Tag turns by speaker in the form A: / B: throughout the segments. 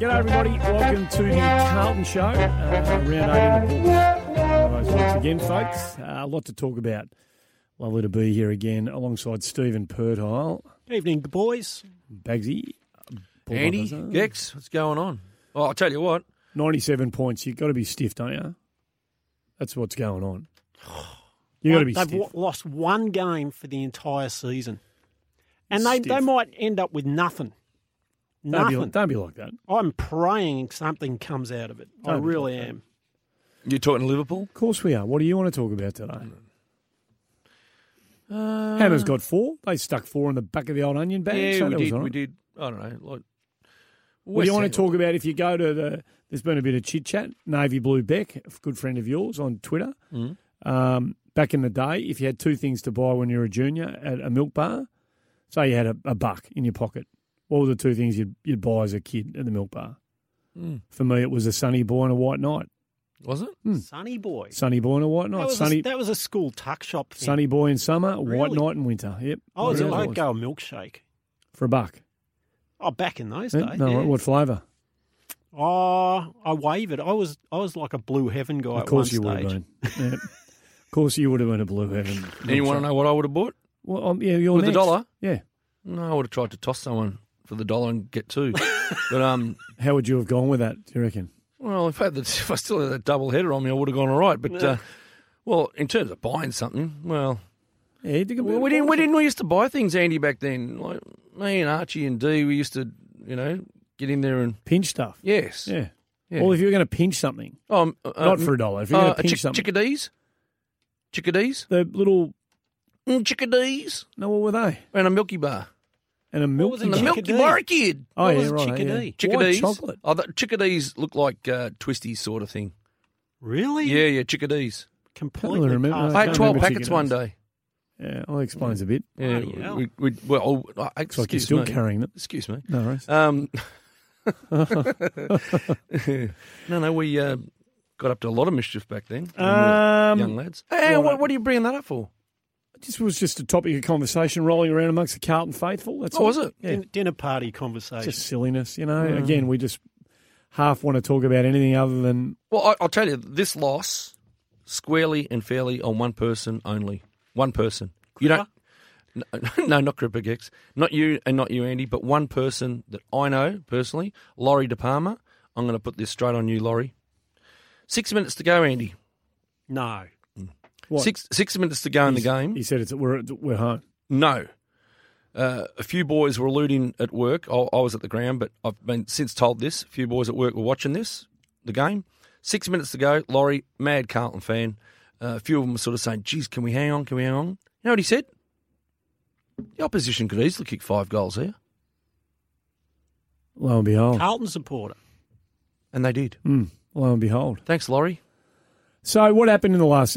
A: G'day, everybody. Welcome to the Carlton Show, uh, round 18 of the books. Once again, folks, uh, a lot to talk about. Lovely to be here again alongside Stephen Pertile,
B: Evening, boys.
A: Bagsy, Paul
C: Andy,
A: Buzzard.
C: Mm. Gex, what's going on? Well, I'll tell you what.
A: 97 points. You've got to be stiff, don't you? That's what's going on. You've got to be
B: They've
A: stiff.
B: wa- lost one game for the entire season, and they, they
A: Stiff.
B: might end up with nothing.
A: don't, be,
B: Nothing.
A: like- don't be like that.
B: I'm praying something comes out of it. I
A: Don't be
B: really
A: like that.
B: am.
C: You're talking Liverpool?
A: Of course we are. What do you want to talk about today? Hammer's got four. They stuck four in the back of the old onion bag.
C: Uh, Yeah,
A: so
C: we
A: that was
C: did.
A: all
C: We
A: right.
C: did. I don't know.
A: What do
C: Like,
A: you
C: West
A: want
C: Ham-
A: to talk about if you go to the? There's been a bit of chit chat. Navy Blue Beck, a good friend of yours on Twitter.
C: Mm.
A: Um, back in the day, if you had two things to buy when you were a junior at a milk bar, say you had a, a buck in your pocket, what were the two things you'd, you'd buy as a kid at the milk bar? For me, it was a Sunny Boy and a White Knight.
C: Mm. Was it?
A: Mm.
B: Sunny boy.
A: Hmm. Sunny Boy and a White
B: that,
A: Knight.
B: was
A: Sunny,
B: a, that was a school tuck shop thing.
A: sunny Boy in summer, White
B: Really? Oh,
A: Knight in winter. Yep.
B: I was
A: Yeah, it
B: I'd
A: was.
B: go a milkshake.
A: for a buck.
B: Oh, back in those
A: Yeah,
B: days.
A: no,
B: yeah.
A: what flavour?
B: Oh, I wavered. I was I was like a blue heaven guy.
A: Of course
B: at
A: you
B: one
A: would have
B: stage.
A: been. Yeah. Of course you would have been a blue heaven.
C: Anyone want to know what I would have bought?
A: Well, um, yeah, you're
C: With the
A: next.
C: dollar?
A: Yeah.
C: No, I would have tried to toss someone for the dollar and get two. but um,
A: How would you have gone with that? Do you reckon?
C: well, if I, had the, if I still had that double header on me, I would have gone all right. But uh, well, in terms of buying something, well,
A: Yeah, you think
C: we, we didn't. We didn't. We used to buy things, Andy, back then. Like me and Archie and Dee, we used to, you know, get in there and
A: pinch stuff.
C: yes.
A: Yeah.
C: Yeah.
A: Well, if you were going to pinch something,
C: Um, uh,
A: not for a dollar. If you're going
C: uh,
A: to pinch
C: chick-
A: something,
C: chickadees, chickadees,
A: the little
C: Mm, chickadees,
A: no, what were they?
C: and a Milky Bar.
A: And a milk.
B: was in
C: And a
B: Milky
C: Milky
B: Chickadee.
C: Bar kid.
A: Oh
B: What
A: yeah,
B: was a
A: right. yeah.
B: chickadee?
C: Chickadees.
A: White chocolate.
C: Oh, that, chickadees look like uh, twisties sort of thing.
B: Really?
C: Yeah, yeah, chickadees.
B: Completely.
A: Totally remember.
B: passed
C: I
A: don't
C: had
B: out.
C: twelve
A: remember
C: packets one day.
A: Yeah, well, that explains a bit.
C: Yeah,
B: Bloody hell.
C: we, we, well, oh,
A: It's like
C: excuse
A: you're still
C: me.
A: carrying them.
C: Excuse me.
A: No worries.
C: Um, no, no, we uh, got up to a lot of mischief back then. when we were young
A: Um,
C: lads. Hey,
A: right.
C: what, what are you bringing that up for?
A: this was just a topic of conversation rolling around amongst the Carlton faithful. That's
C: Oh,
A: all.
C: was it? Mm.
A: Yeah.
B: Din- Dinner party conversation.
A: Just silliness, you know. Again, we just half want to talk about anything other than
C: Well, I, I'll tell you, this loss squarely and fairly on one person only. One person. You don't. No, no, not Cripper Gex. Not you and not you, Andy, but one person that I know personally, Laurie De Palma. I'm going to put this straight on you, Laurie. Six minutes to go, Andy.
B: No.
A: What?
C: Six six minutes to go in the game.
A: He said it's we're we're home.
C: No. Uh, a few boys were alluding at work. I, I was at the ground, but I've been since told this. A few boys at work were watching this, the game. Six minutes to go. Laurie, mad Carlton fan. Uh, a few of them were sort of saying, geez, can we hang on? Can we hang on? You know what he said? The opposition could easily kick five goals here.
A: Lo and behold,
B: Carlton supporter.
C: And they did.
A: Hmm. lo and behold.
C: Thanks, Laurie.
A: So what happened in the last?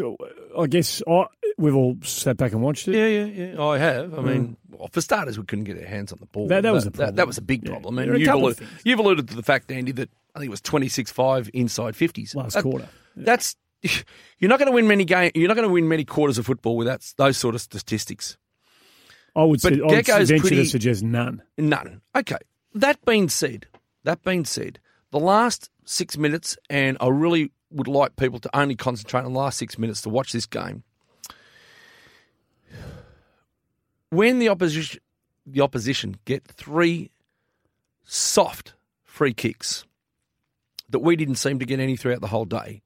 A: I guess I, we've all sat back and watched it.
C: Yeah, yeah, yeah. Oh, I have. I mean, well, for starters, we couldn't get our hands on the ball.
A: Mm. That- that was the problem.
C: That, that was a big
A: Yeah.
C: problem.
A: There are a
C: And you've,
A: couple of
C: allu- you've alluded to the fact, Andy, that I think it was 26 5 inside 50s.
A: Last
C: That-
A: quarter.
C: That's. You're not going to win many game. You're not going to win many quarters of football with that, those sort of statistics.
A: I would,
C: But
A: say, I would
C: Gecko's
A: venture to
C: pretty-
A: suggest none.
C: None. Okay. That being said, that being said, the last six minutes, and I really would like people to only concentrate on the last six minutes to watch this game. When the opposition the opposition get three soft free kicks that we didn't seem to get any throughout the whole day.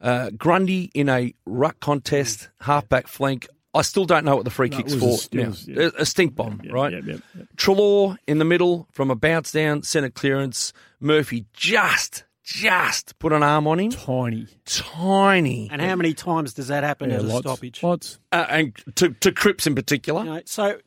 C: Uh, Grundy in a ruck contest, halfback flank. I still don't know what the free
A: No, it
C: kicks
A: was a-
C: for.
A: it
C: now.
A: was- yeah.
C: A- a stink bomb,
A: Yeah,
C: right?
A: yeah, yeah, yeah.
C: Trelaw in the middle from a bounce down, centre clearance. Murphy just, just put an arm on him.
A: Tiny.
C: Tiny.
B: And how many times does that happen
A: Yeah,
B: at a
A: lots.
B: stoppage?
A: Lots.
C: Uh, and to, to Crips in particular.
B: You know, so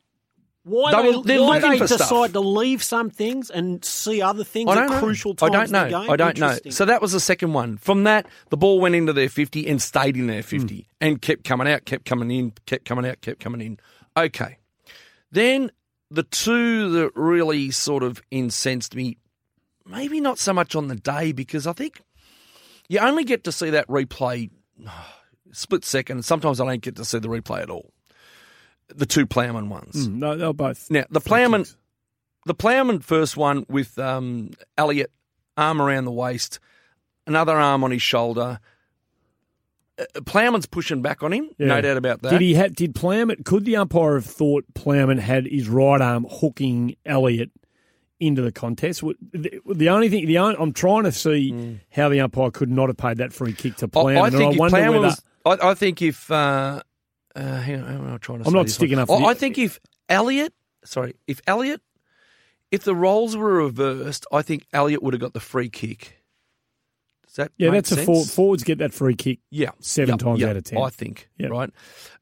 B: why
C: They
B: they,
C: were- they're
B: why
C: looking
B: they
C: for
B: decide
C: stuff.
B: to leave some things and see other things
C: I
B: at
C: don't know.
B: crucial
C: I
B: times
C: don't know.
B: in the game?
C: I don't know.
B: Interesting.
C: So that was the second one. From that, the ball went into their 50 and stayed in their 50
B: Hmm.
C: and kept coming out, kept coming in, kept coming out, kept coming in. Okay. Then the two that really sort of incensed me, maybe not so much on the day because I think you only get to see that replay split second. Sometimes I don't get to see the replay at all. The two Plowman ones.
A: Mm, no, they're both.
C: Now the plowman, the plowman first one with um, Elliot arm around the waist, another arm on his shoulder. Uh, plowman's pushing back on him,
A: Yeah.
C: no doubt about that.
A: Did he ha- did Plowman? Could the umpire have thought Plowman had his right arm hooking Elliot into the contest? Would- The, the only thing, the only, I'm trying to see how the umpire could not have paid that free kick to
C: Hmm. I,
A: Plowman.
C: I think
A: and I
C: if
A: wonder
C: Plowman
A: whether
C: was, I, I think if uh, uh, hang on, I'm trying to.
A: I'm
C: say
A: not
C: this
A: sticking
C: one.
A: up for
C: I,
A: the-
C: I think if Elliot, sorry, if Elliot, if the roles were reversed, I think Elliot would have got the free kick. Does that
A: yeah,
C: make
A: that's a
C: sense?
A: four, forwards get that free kick.
C: Yeah.
A: Seven times out of ten.
C: I think.
A: Yep.
C: Right.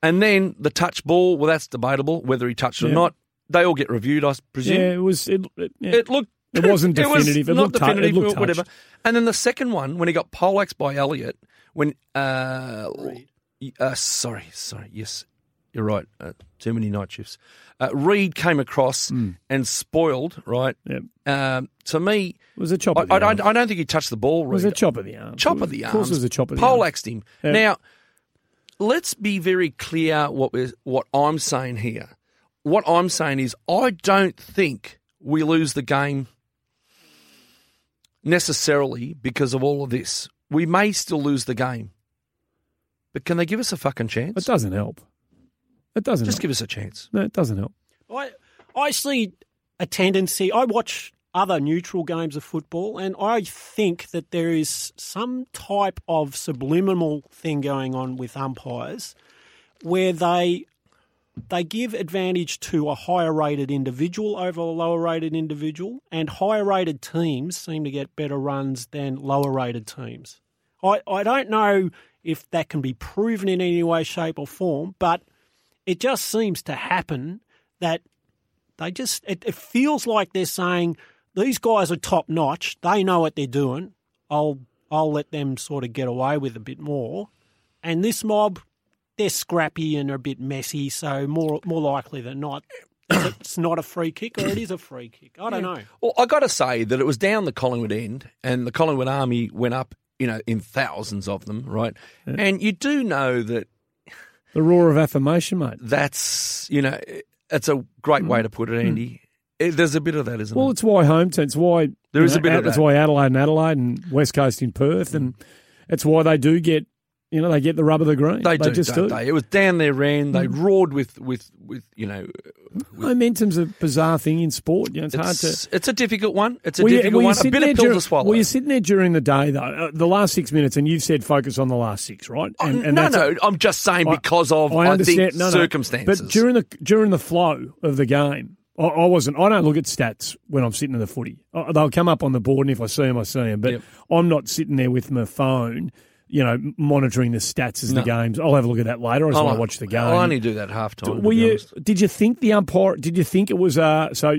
C: And then the touch ball, well, that's debatable whether he touched it or
A: Yeah.
C: not. They all get reviewed, I presume.
A: Yeah, it was. It, it, yeah.
C: It looked.
A: It wasn't definitive. It
C: not
A: looked tou- it
C: definitive,
A: looked
C: but whatever. And then the second one, when he got poleaxed by Elliot, when uh, uh sorry, sorry, yes, you're right. Uh, too many night shifts. Uh, Reed came across and spoiled. Right.
A: Hmm. Yep.
C: Um, to me,
A: It was a chop.
C: I,
A: of the
C: I,
A: arm.
C: don't, I don't think he touched the ball. Reed.
A: It was a chop of the arm.
C: Chop of the
A: Of
C: arms.
A: course, it was a chop of the arm.
C: Poleaxed him.
A: Yeah.
C: Now, let's be very clear what we're, what I'm saying here. What I'm saying is, I don't think we lose the game necessarily because of all of this. We may still lose the game, but can they give us a fucking
A: It
C: chance?
A: doesn't help. It doesn't.
C: Just
A: help.
C: give us a chance.
A: No, it doesn't help.
B: I I see a tendency. I watch other neutral games of football, and I think that there is some type of subliminal thing going on with umpires, where they they give advantage to a higher rated individual over a lower rated individual, and higher rated teams seem to get better runs than lower rated teams. I, I don't know if that can be proven in any way, shape, or form, but it just seems to happen that they just it, it feels like they're saying these guys are top notch they know what they're doing i'll i'll let them sort of get away with a bit more and this mob they're scrappy and are a bit messy so more more likely than not it's not a free kick or it is a free kick i don't know
C: Well, I got to say that it was down the Collingwood end, and the Collingwood army went up, you know, in thousands of them, right? And you do know that
A: The roar of affirmation, mate.
C: that's you know that's a great way to put it, Andy. Eh, there's a bit of that, isn't
A: Mm. Well,
C: it?
A: it's why Hometown. It's why you
C: There is a bit of
A: It's
C: that. Mm.
A: why Adelaide and Adelaide and West Coast in Perth, and it's why they do get you know they get the rub of the green.
C: They, do,
A: just
C: don't
A: do. Mm.
C: they? It was down their end. They roared with with with you know.
A: Momentum's a bizarre thing in sport. You know, it's, hard to.
C: It's, it's a difficult one. It's a
A: Were you-
C: difficult
A: were you
C: one. A
A: sitting
C: bit
A: there
C: of pill
A: dur-
C: to swallow.
A: Were you sitting there during the day though? Uh, the last six minutes, and you've said focus on the last six, right? And, and
C: Oh, no,
A: that's-
C: no. I'm just saying because of I, think
A: no, no.
C: circumstances.
A: But during the during the flow of the game, I, I wasn't. I don't look at stats when I'm sitting in the footy. I, they'll come up on the board, and if I see them, I see them. But
C: Yep.
A: I'm not sitting there with my phone, you know, m- monitoring the stats as the games. I'll have a look at that later. I just
C: I'll-
A: want to watch the game.
C: I'll Oh, only do that half time.
A: Were you? Did you think the umpire? Did you think it was a so?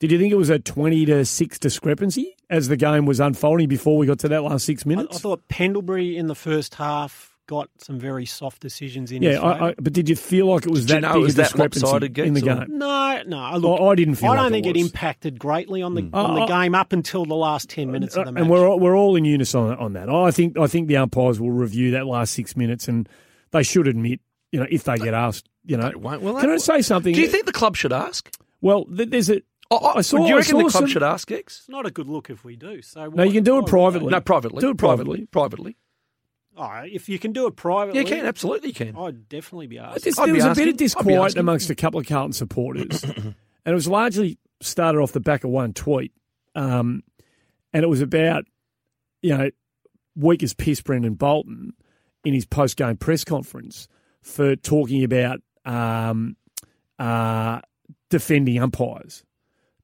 A: Did you think it was a twenty to six discrepancy as the game was unfolding before we got to that last six
B: I, I
A: minutes?
B: thought pendlebury in the first half got some very soft decisions in his
A: yeah,
B: favour.
A: I, I, but did you feel like it was
C: Did you
A: that
C: know it
A: big
C: was
A: a
C: that
A: discrepancy
C: lopsided,
A: in the
C: Gates, or-
A: game?
B: no, no. I, look,
A: I- I didn't feel
B: I don't
A: like it
B: think it,
A: was.
B: impacted greatly on the on the
A: I-
B: game up until the last ten minutes of the match.
A: Uh, And we're all, we're all in unison on, on that. I think I think the umpires will review that last six minutes, and they should admit, you know, if they get asked, you know,
C: They won't. Well,
A: can
C: that-
A: I say something?
C: Do you think the club should ask?
A: Well, th- there's a.
C: I, I,
A: I saw-
C: do you
A: I
C: reckon the
A: saw
C: club
A: some-
C: should ask X?
B: It's not a good look if we do. So
A: No, you can do it privately.
C: No, privately.
A: Do it privately.
C: Privately.
B: if you can do it privately,
C: Yeah, you can.
A: Oh,
C: Absolutely, you can.
B: I'd definitely be
A: I
B: asked.
A: just,
C: I'd
A: there
C: be
A: was a
C: asking.
A: bit of
C: I'd be
A: disquiet
C: asking.
A: amongst a couple of Carlton supporters, and it was largely started off the back of one tweet, um, and it was about you know weak as piss Brendan Bolton in his post game press conference for talking about um, uh, defending umpires,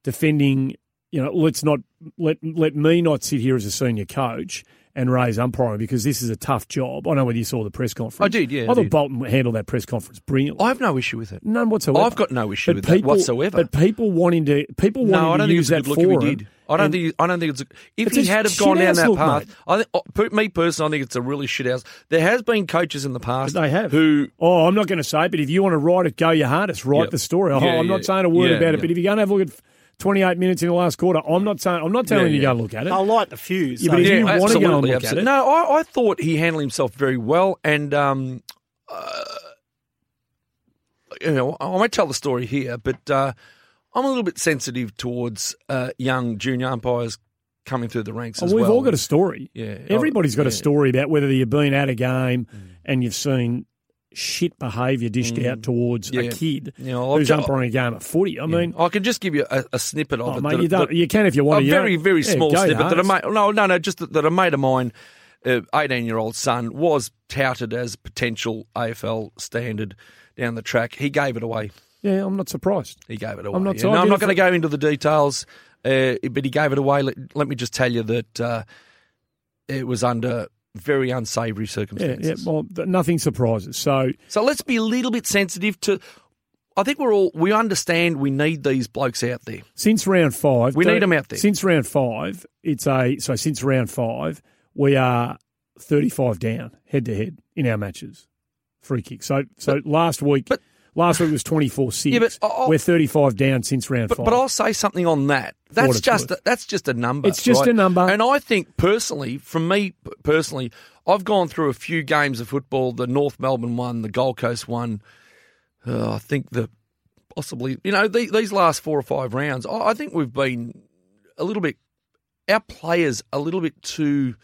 A: defending you know, let's not let let me not sit here as a senior coach and raise umpiring because this is a tough job. I know whether you saw the press conference.
C: I did, yeah, I
A: I thought
C: did.
A: Bolton handled that press conference brilliantly.
C: I have no issue with it.
A: None whatsoever.
C: I've got no issue with that whatsoever.
A: But people wanting to people wanting
C: No, I don't
A: to
C: think
A: use
C: it's
A: that
C: a good look if
A: forum.
C: he did. I don't
A: and-
C: think. I don't think it's. A, if
A: It's
C: he
A: a
C: had have gone
A: shit-ass
C: down that
A: look,
C: path,
A: mate.
C: I think. oh, per- Me personally, I think it's a really shit house. There has been coaches in the past.
A: They have.
C: Who
A: Oh, I'm not going to say, it, but if you want to write it, go your hardest. Write
C: Yeah.
A: the story. Oh,
C: Yeah,
A: I'm
C: yeah.
A: not saying a word
C: Yeah,
A: about
C: yeah.
A: it. But if you're going to have a look at 28 minutes in the last quarter, I'm not saying. I'm not telling you
C: yeah.
A: to go look at it.
B: They'll light the fuse.
A: Yeah, but
B: so-
A: if you
C: yeah,
A: wanna go and
C: absolutely,
A: look at
C: absolutely.
A: it.
C: No, I, I thought he handled himself very well, and um, uh, you know, I I won't tell the story here, but uh, I'm a little bit sensitive towards uh, young junior umpires coming through the ranks
A: Oh,
C: as
A: we've
C: well.
A: all got a story.
C: Yeah,
A: Everybody's got
C: yeah. Mm.
A: a story about whether you've been at a game and you've seen shit behaviour dished out towards
C: Mm. Yeah.
A: a kid
C: You know, I've
A: who's
C: ju-
A: umpiring a game of footy. I mean,
C: I can just give you a, a snippet of
A: oh,
C: it.
A: mate,
C: that-
A: you, don't,
C: that-
A: you can if you want
C: a
A: to.
C: very, very
A: yeah,
C: small
A: go
C: snippet that a
A: hard.
C: mate, no, no, no, just that, that a mate of mine, eighteen year old son, was touted as potential AFL standard down the track. He gave it away.
A: Yeah, I'm not surprised.
C: He gave it away.
A: I'm not-
C: Yeah,
A: so I
C: no, I'm
A: did
C: not
A: it
C: going to go into the details, uh, but he gave it away. Let, let me just tell you that uh, it was under very unsavoury
A: Yeah,
C: circumstances.
A: yeah, well, th- nothing surprises. So,
C: So let's be a little bit sensitive to. I think we're all we understand we need these blokes out there.
A: Since round five,
C: We
A: don't-
C: need 'em out there.
A: Since round five, it's a so since round five, we are thirty-five down head to head in our matches, free kick. So so last week,
C: but-
A: last week was twenty-four six.
C: Yeah, but I'll-
A: we're thirty-five down since round
C: But,
A: five.
C: but I'll say something on that. That's
A: it's
C: just
A: worth.
C: a, that's just a number.
A: It's just
C: right?
A: a number.
C: And I think personally, from me p- personally, I've gone through a few games of football. The North Melbourne one, the Gold Coast one. Uh, I think the possibly you know the, these last four or five rounds. I, I think we've been a little bit our players a little bit too.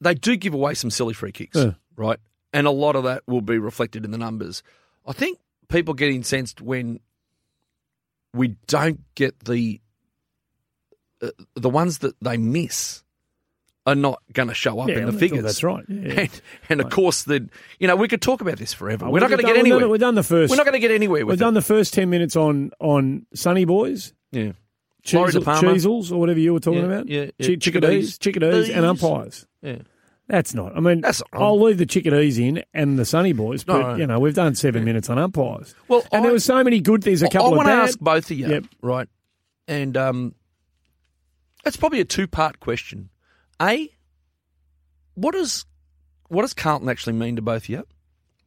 C: They do give away some silly free kicks,
A: Yeah.
C: right? And a lot of that will be reflected in the numbers. I think people get incensed when we don't get the uh, the ones that they miss are not going to show up
A: Yeah,
C: in
A: I
C: the
A: thought
C: figures.
A: That's right. Yeah.
C: And, and of course, the you know we could talk about this forever.
A: Oh,
C: we're not
A: we've done-
C: going to get
A: we've done-
C: anywhere.
A: We've done the first.
C: We're not going to get anywhere
A: We've
C: with
A: done
C: it.
A: the first ten minutes on on Sunny Boys,
C: yeah. Laurie De
A: Cheezels,
C: Palma.
A: Cheezels or whatever you were talking
C: Yeah,
A: about.
C: yeah, yeah.
A: Chi- chickadees,
C: Chickadees.
A: chickadees, and
C: Bees.
A: umpires.
C: Yeah.
A: That's not. I mean,
C: That's not wrong.
A: I'll leave the chickadees in and the sunny boys, but
C: No.
A: you know we've done seven minutes on umpires.
C: Well,
A: and
C: I-
A: there were so many good. There's a
C: I
A: couple of
C: want to
A: bad.
C: ask both of you,
A: Yep.
C: right? And um, that's probably a two-part question. A, what does what does Carlton actually mean to both of you?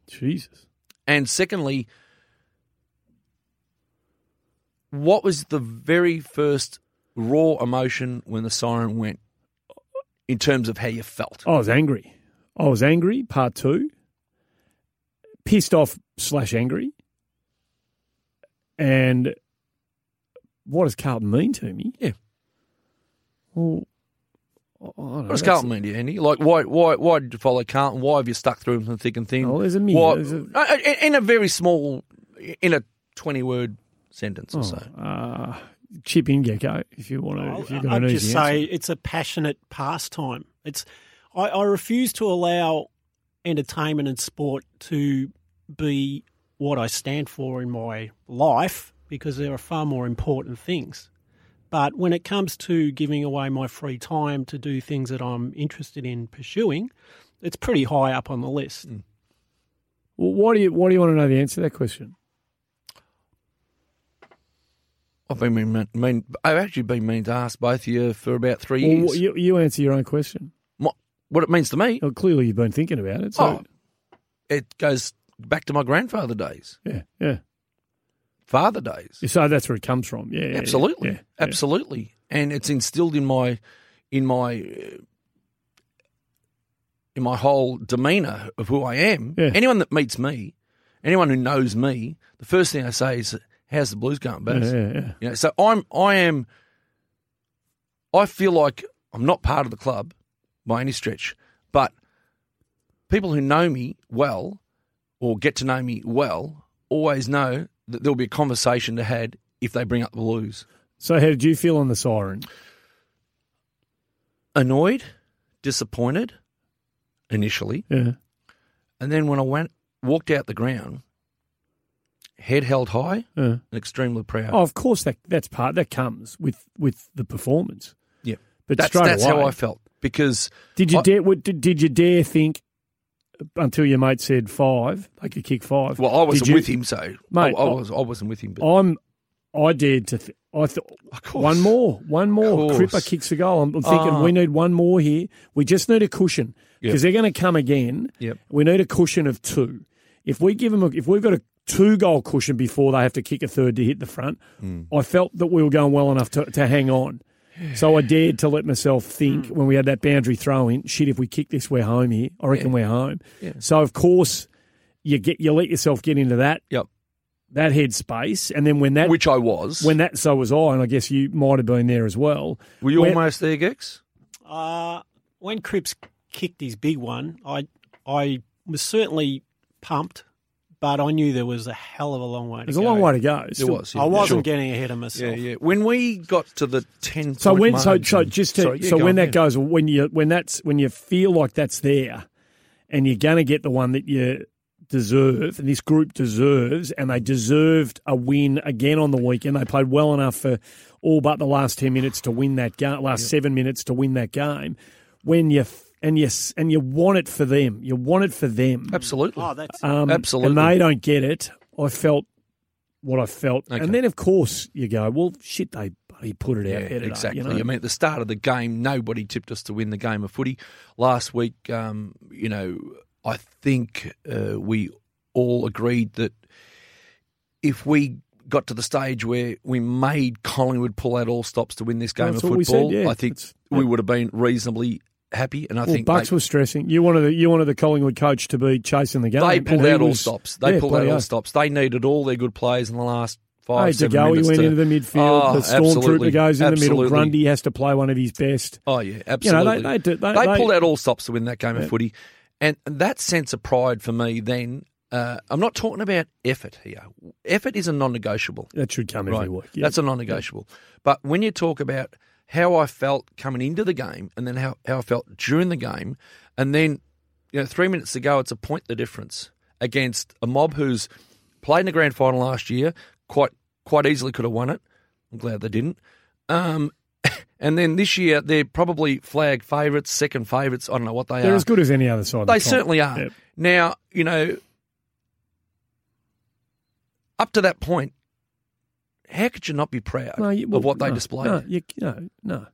A: Jesus,
C: And secondly, what was the very first raw emotion when the siren went? In terms of how you felt,
A: I was angry. I was angry. Part two, pissed off slash angry. And what does Carlton mean to me?
C: Yeah.
A: Well, I I don't know.
C: what does
A: That's-
C: Carlton mean to you, Andy? Like, why, why, why did you follow Carlton? Why have you stuck through him from thick and thin?
A: Oh, there's a million.
C: why,
A: There's a-
C: Uh, in- in a very small, in a twenty-word sentence or so.
A: Uh, chip in gecko if you want to. If you've got
B: I'd
A: an
B: just
A: easy
B: say
A: answer.
B: it's a passionate pastime. It's I, I refuse to allow entertainment and sport to be what I stand for in my life because there are far more important things. But when it comes to giving away my free time to do things that I'm interested in pursuing, it's pretty high up on the list.
A: Well, why do you why do you want to know the answer to that question?
C: I've been mean, mean. I've actually been mean to ask both of you for about three
A: Well,
C: years.
A: wh- you, you answer your own question.
C: My- what it means to me,
A: Well, clearly, you've been thinking about it. So,
C: Oh. it goes back to my grandfather days,
A: yeah, yeah.
C: father days.
A: So that's where it comes from. Yeah, yeah, yeah,
C: absolutely,
A: yeah, yeah.
C: absolutely, and it's instilled in my, in my, uh, in my whole demeanour of who I am.
A: Yeah.
C: Anyone that meets me, anyone who knows me, the first thing I say is, "How's the blues going,
A: Yeah,
C: Baz?"
A: yeah, yeah.
C: You know, so I'm I am I feel like I'm not part of the club by any stretch, but people who know me well or get to know me well always know that there'll be a conversation to had if they bring up the blues.
A: So, how did you feel on the siren?
C: Annoyed, disappointed initially,
A: Yeah,
C: and then when I went walked out the ground head held high
A: Yeah.
C: and extremely proud.
A: Oh, of course that that's part that comes with with the performance.
C: Yeah.
A: but
C: that's
A: straight
C: that's
A: away,
C: how I felt because
A: did you
C: I-
A: dare? What, did, did you dare think until your mate said five, they could kick five?
C: well I wasn't
A: Did you-
C: with him, so I,
A: Mate,
C: I
A: I-
C: was I wasn't with him. But
A: I'm. I dared to. Th- I thought
C: of course,
A: one more, one more.
C: course.
A: Cripper kicks a goal. I'm, I'm thinking
C: Ah.
A: we need one more here. We just need a cushion
C: Yep.
A: because they're going to come again.
C: Yep.
A: We need a cushion of two. If we give them, a, if we've got a two goal cushion before they have to kick a third to hit the front,
C: Hmm.
A: I felt that we were going well enough to, to hang on. So I dared to let myself think
C: Hmm.
A: when we had that boundary throw in. Shit, if we kick this, we're home here. I reckon we're home.
C: Yeah.
A: So of course you get you let yourself get into that
C: Yep.
A: that head space, and then when that
C: which I was.
A: when that so was I, and I guess you might have been there as well.
C: Were you
A: when-
C: almost there, Gex?
B: Uh, when Cripps kicked his big one, I I was certainly pumped, but I knew there was a hell of a long way to
A: There's a
B: go.
A: long way to go.
C: There
A: Still-
C: was.
B: I wasn't
C: Sure.
B: getting ahead of myself.
C: Yeah, yeah. When we got to the ten,
A: So
C: point
A: when so so
C: margin-
A: just to,
C: Sorry, yeah,
A: so
C: go
A: when
C: on,
A: that goes when you when that's when you feel like that's there, and you're gonna get the one that you deserve, and this group deserves, and they deserved a win again on the weekend. They played well enough for all but the last ten minutes to win that game, last seven minutes to win that game. When you f- and you s- and you want it for them, you want it for them.
C: yeah. absolutely.
B: Oh, that's
A: Um,
C: Absolutely.
A: And they don't get it. I felt what I felt.
C: Okay.
A: And then, of course, you go, well, shit, they bloody put it out.
C: Yeah,
A: edited up,
C: exactly.
A: you know?
C: I mean, at the start of the game, nobody tipped us to win the game of footy. Last week, um, you know, I think uh, we all agreed that if we got to the stage where we made Collingwood pull out all stops to win this game
A: That's
C: of
A: what we said,
C: football,
A: yeah.
C: I think
A: It's-
C: we would have been reasonably happy. And I
A: well,
C: think
A: Bucks
C: they,
A: was stressing. You wanted the, you wanted the Collingwood coach to be chasing the game.
C: they
A: and
C: pulled
A: he
C: out all
A: was-
C: stops. They
A: yeah,
C: pulled out
A: bloody
C: all
A: hell.
C: stops. They needed all their good players in the last five,
A: Hey,
C: seven
A: DeGoey
C: minutes.
A: went
C: to-
A: into the midfield.
C: Oh,
A: the
C: absolutely.
A: Stormtrooper goes in the
C: Absolutely.
A: middle. Grundy has to play one of his best.
C: Oh yeah,
A: You know,
C: absolutely.
A: they, they, do- they,
C: they,
A: they-
C: pulled out all stops to win that game of footy, and that sense of pride for me. Then uh, I'm not talking about effort here. Effort is a non-negotiable.
A: That should come every week. Yeah.
C: That's a non-negotiable. But when you talk about how I felt coming into the game, and then how, how I felt during the game, and then you know three minutes to go, it's a point the difference against a mob who's played in the grand final last year, quite quite easily could have won it. I'm glad they didn't. Um, and then this year they're probably flag favourites, second favourites. I don't know what they
A: They're
C: are.
A: as good as any other side.
C: They
A: in the comp.
C: certainly are.
A: Yep.
C: Now, you know, up to that point, how could you not be proud
A: No, you- well,
C: of what they
A: no,
C: displayed?
A: No, you, no, no.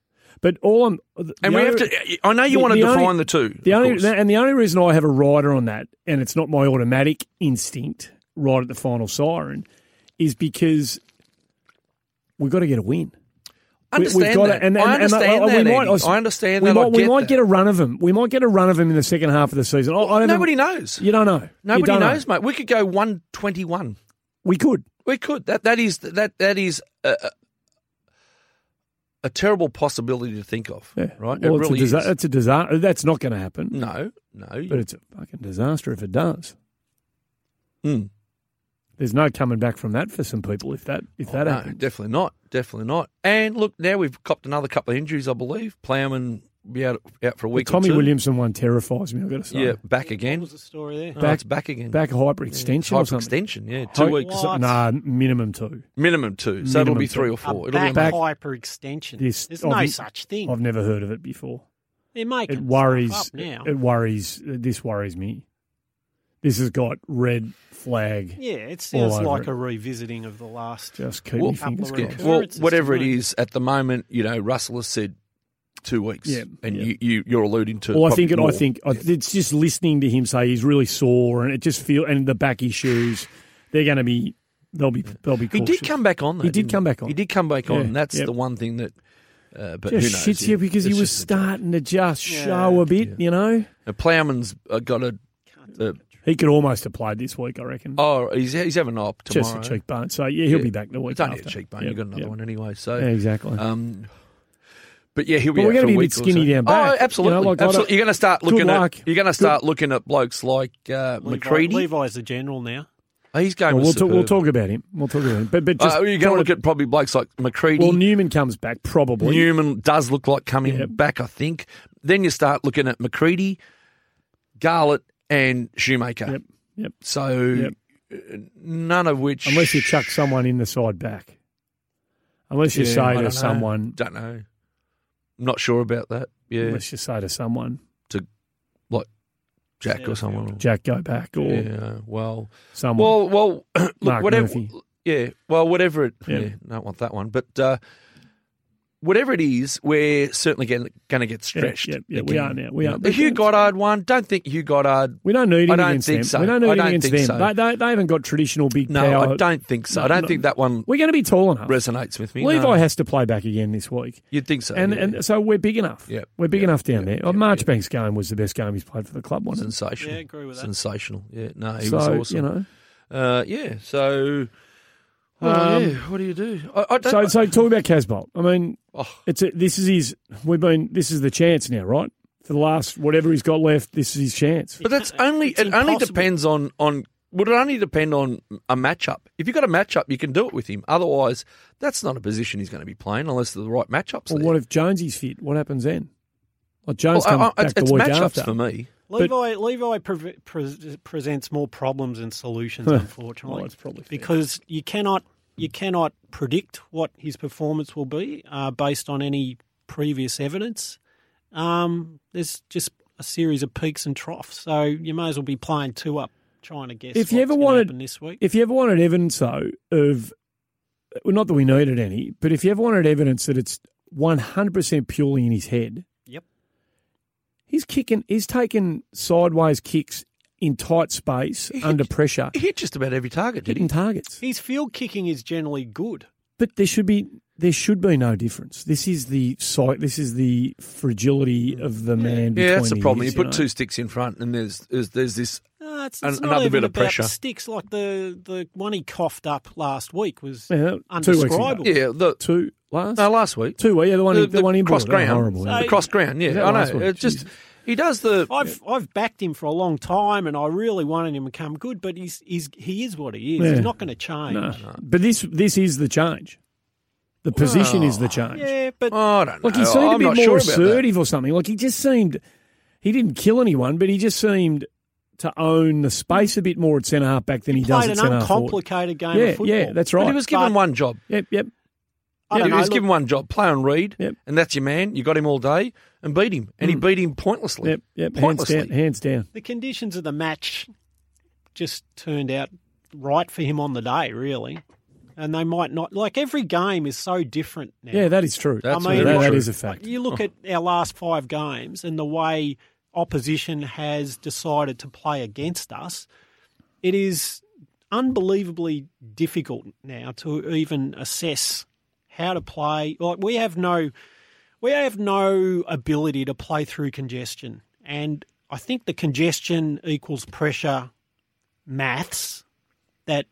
A: But all I'm. the
C: And we
A: other-
C: have to. I know you
A: the-
C: want to
A: the only-
C: define the two.
A: The
C: of
A: only
C: course.
A: and the only reason I have a rider on that, and it's not my automatic instinct right at the final siren, is because we've got to get a win. We-
C: understand
A: got
C: that.
A: To, and, and,
C: I understand
A: and,
C: that.
A: we
C: Andy.
A: might,
C: I understand
A: we
C: that.
A: Might,
C: I
A: we
C: get
A: might
C: that.
A: get a run of them. We might get a run of them in the second half of the season. I, I don't
C: Nobody
A: know.
C: knows.
A: You don't know. You
C: Nobody
A: don't know.
C: knows, mate. We could go one twenty-one.
A: We could.
C: We could. That that is that that is a, a, a terrible possibility to think of.
A: Yeah.
C: Right?
A: Well,
C: it really
A: it's a
C: is.
A: disa- It's a disaster. That's not going to happen.
C: No, no.
A: But it's a fucking disaster if it does.
C: Mm.
A: There's no coming back from that for some people if that if that
C: Oh, no,
A: happens.
C: definitely not. Definitely not. And look, now we've copped another couple of injuries, I believe. Plowman be out, out for a
A: The
C: week. or
A: Tommy
C: two.
A: Williamson one terrifies me. I've got to say.
C: yeah, back
B: What
C: again.
B: was the story there?
C: Oh, it's back again.
A: back hyperextension or
C: Type
A: something.
C: extension. Yeah, two
A: Hy-
C: weeks,
B: What?
A: Nah, minimum two.
C: minimum two. so it'll
A: Minimum
C: be
A: two.
C: three or
B: A
C: four. It'll
B: back,
C: be a
A: back-
B: hyperextension.
A: This-
B: There's no
A: I've-
B: such thing.
A: I've never heard of it before.
B: They're making
A: It
B: stuff
A: worries.
B: up now.
A: It worries. This worries me. This has got red flag.
B: yeah, it
A: all
B: sounds
A: over
B: like
A: it.
B: a revisiting of the last.
A: Just keep
C: Well,
A: me fingers
B: Upper end.
A: crossed.
B: Yeah.
C: well,
B: occurrences
C: whatever it
B: tonight.
C: is at the moment. You know, Russell has said two weeks,
A: Yeah,
C: and
A: yeah.
C: You, you you're alluding to.
A: Well, I
C: probably
A: think it, I
C: more.
A: think I- it's just listening to him say he's really sore, and it just feel and the back issues. They're going to be. They'll be. They'll be.
C: he
A: Cautious.
C: did come back on. Though,
A: He did
C: didn't
A: come back on.
C: He did come back on.
A: Yeah,
C: and That's
A: yep.
C: the one thing that. Uh, but who knows?
A: Just shits you because he
C: It's
A: was
C: just a-
A: starting to just show a bit. You know,
C: Uh, Plowman's uh, got a. Uh,
A: he could almost have played this week. I reckon.
C: oh, he's he's having an op tomorrow.
A: just a cheekbone. So yeah, he'll
C: Yeah.
A: be back the week
C: It's only a
A: after.
C: cheekbone.
A: Yeah,
C: You've got another
A: yeah.
C: one Uh, anyway. So,
A: Yeah, exactly.
C: um, but yeah, he'll be.
A: But we're
C: going to
A: be a bit skinny down back.
C: Oh, absolutely.
A: You know, like, I
C: absolutely.
A: don't-
C: You're going to start
A: Good
C: looking
A: luck.
C: at. You're going to start looking at blokes like uh,
B: Levi-
C: McCready.
B: Levi's the general now.
C: Oh, he's going.
A: Well, we'll,
C: was
A: talk, we'll
C: superb.
A: talk about him. We'll talk about him. But but just
C: Uh, you're
A: trying
C: going to look
A: to-
C: at probably blokes like McCready.
A: well, Newman comes back probably.
C: Newman does look like coming
A: Yeah.
C: back. I think. Then you start looking at McCready, Garlett, and Shoemaker.
A: Yep, yep.
C: So uh,
A: Yep.
C: none of which.
A: unless you chuck someone in the side back. Unless you
C: Yeah, I
A: say
C: don't know.
A: to someone,
C: Don't know. Not sure about that. Yeah,
A: unless you say to someone,
C: Jack or someone.
A: Jack, go back, or
C: Yeah. uh, Well.
A: someone.
C: Well. Well. look.
A: Mark
C: whatever.
A: Murphy.
C: Yeah. Well. Whatever it.
A: Yeah.
C: Yeah. don't want that one. But uh, whatever it is, we're certainly going to get stretched.
A: yeah, yeah, we are now, we are.
C: The Hugh Goddard one. Don't think Hugh Goddard.
A: we don't need
C: I
A: it
C: don't
A: against
C: think
A: them.
C: so.
A: We don't need
C: I
A: it
C: don't
A: against them.
C: think so.
A: They, they, they haven't got traditional big
C: No,
A: power.
C: I don't think so.
A: No,
C: I don't
A: no.
C: think that one
A: We're going to be tall enough.
C: resonates with me.
A: Levi
C: No.
A: has to play back again this week.
C: You'd think so.
A: And
C: yeah.
A: and so we're big enough.
C: Yep.
A: We're big
C: Yep.
A: enough down
C: Yep.
A: there. Oh,
C: Yep.
A: Marchbank's game was the best game he's played for the club, wasn't it?
C: sensational.
B: Yeah, agree with that.
C: Sensational. Yeah. No, he
A: so
C: was awesome.
A: you know,
C: Uh, yeah. So,
A: Well,
C: um, what do you do? I, I don't.
A: so so talk about Casbolt. I mean,
C: oh,
A: it's a, this is his. We've been this is the chance now, right? For the last whatever he's got left, this is his chance.
C: but that's only.
B: It's
C: It only
B: impossible.
C: depends on on. Would it only depend on a matchup? If you've got a matchup, you can do it with him. Otherwise, that's not a position he's going to be playing unless the right matchups.
A: Well,
C: there.
A: what if Jonesy's fit? What happens then? Well, Jones
C: Well, I-
A: comes
C: I-
A: back
C: it's, it's
A: the week
C: matchups
A: after.
C: for me.
A: But-
B: Levi Levi pre- pre- presents more problems than solutions,
A: Huh.
B: unfortunately,
A: Well, Oh, it's probably fair.
B: because you cannot you cannot predict what his performance will be uh, based on any previous evidence. Um, there's just a series of peaks and troughs, so you may as well be playing two up, trying to guess.
A: If you
B: what's
A: ever
B: gonna
A: wanted-
B: happen this week,
A: If you ever wanted evidence, though, of well, not that we needed any, but if you ever wanted evidence that it's one hundred percent purely in his head,
B: Yep.
A: he's kicking, he's taking sideways kicks in tight space under pressure,
C: He hit just about every target, did
A: hitting
C: he?
A: targets.
B: his field kicking is generally good.
A: But there should be there should be no difference. This is the site. This is the fragility of the man.
C: Yeah, that's
A: between
C: the problem.
A: years,
C: you put
A: know.
C: two sticks in front, and there's there's, there's this.
B: No, Uh, it's,
C: An-
B: it's not
C: another
B: even
C: bit of
B: about
C: pressure.
B: the sticks. Like the the one he coughed up last week was
A: yeah, two weeks ago.
B: undescribable.
C: Yeah, the
A: Two last
C: no, last week
A: two. Yeah, the one the, the one in
C: cross
A: Broad,
C: ground,
A: oh, horrible. yeah.
C: the cross ground.
A: Is that
C: Yeah, I
A: last
C: know.
A: one?
C: It's just
A: Jeez.
C: he does the.
B: I've I've backed him for a long time, and I really wanted him to come good, but he's he's he is what he is.
A: Yeah.
B: He's not going to change.
A: No. But this this is the change. The position is the change.
B: Yeah, but
C: oh, I don't know.
A: Like he seemed
C: I'm
A: a bit
C: not
A: more
C: sure about that.
A: assertive or something. Like he just seemed he didn't kill anyone, but he just seemed to own the space a bit more at centre half back than he, does
B: played
A: at
B: an
A: centre half forward.
B: uncomplicated game
A: Yeah,
B: of football.
A: yeah, that's right.
C: But he was given
B: But-
C: one job.
A: yep, yep.
B: I don't
C: he
B: know,
C: was
B: look,
C: given one job: play on Reed,
A: Yep. Mm.
C: and that's your man. You got him all day and beat him, and he beat him pointlessly.
A: Yep, yep. Hands
C: Pointlessly.
A: down, hands down.
B: the conditions of the match just turned out right for him on the day, really. And they might not like every game is so different now.
A: Yeah, that is true.
C: That's
B: I mean,
A: that,
B: very
A: that
C: true.
A: is a fact.
B: You look at our last five games and the way opposition has decided to play against us. It is unbelievably difficult now to even assess how to play. Like we have no, we have no ability to play through congestion, and I think the congestion equals pressure maths that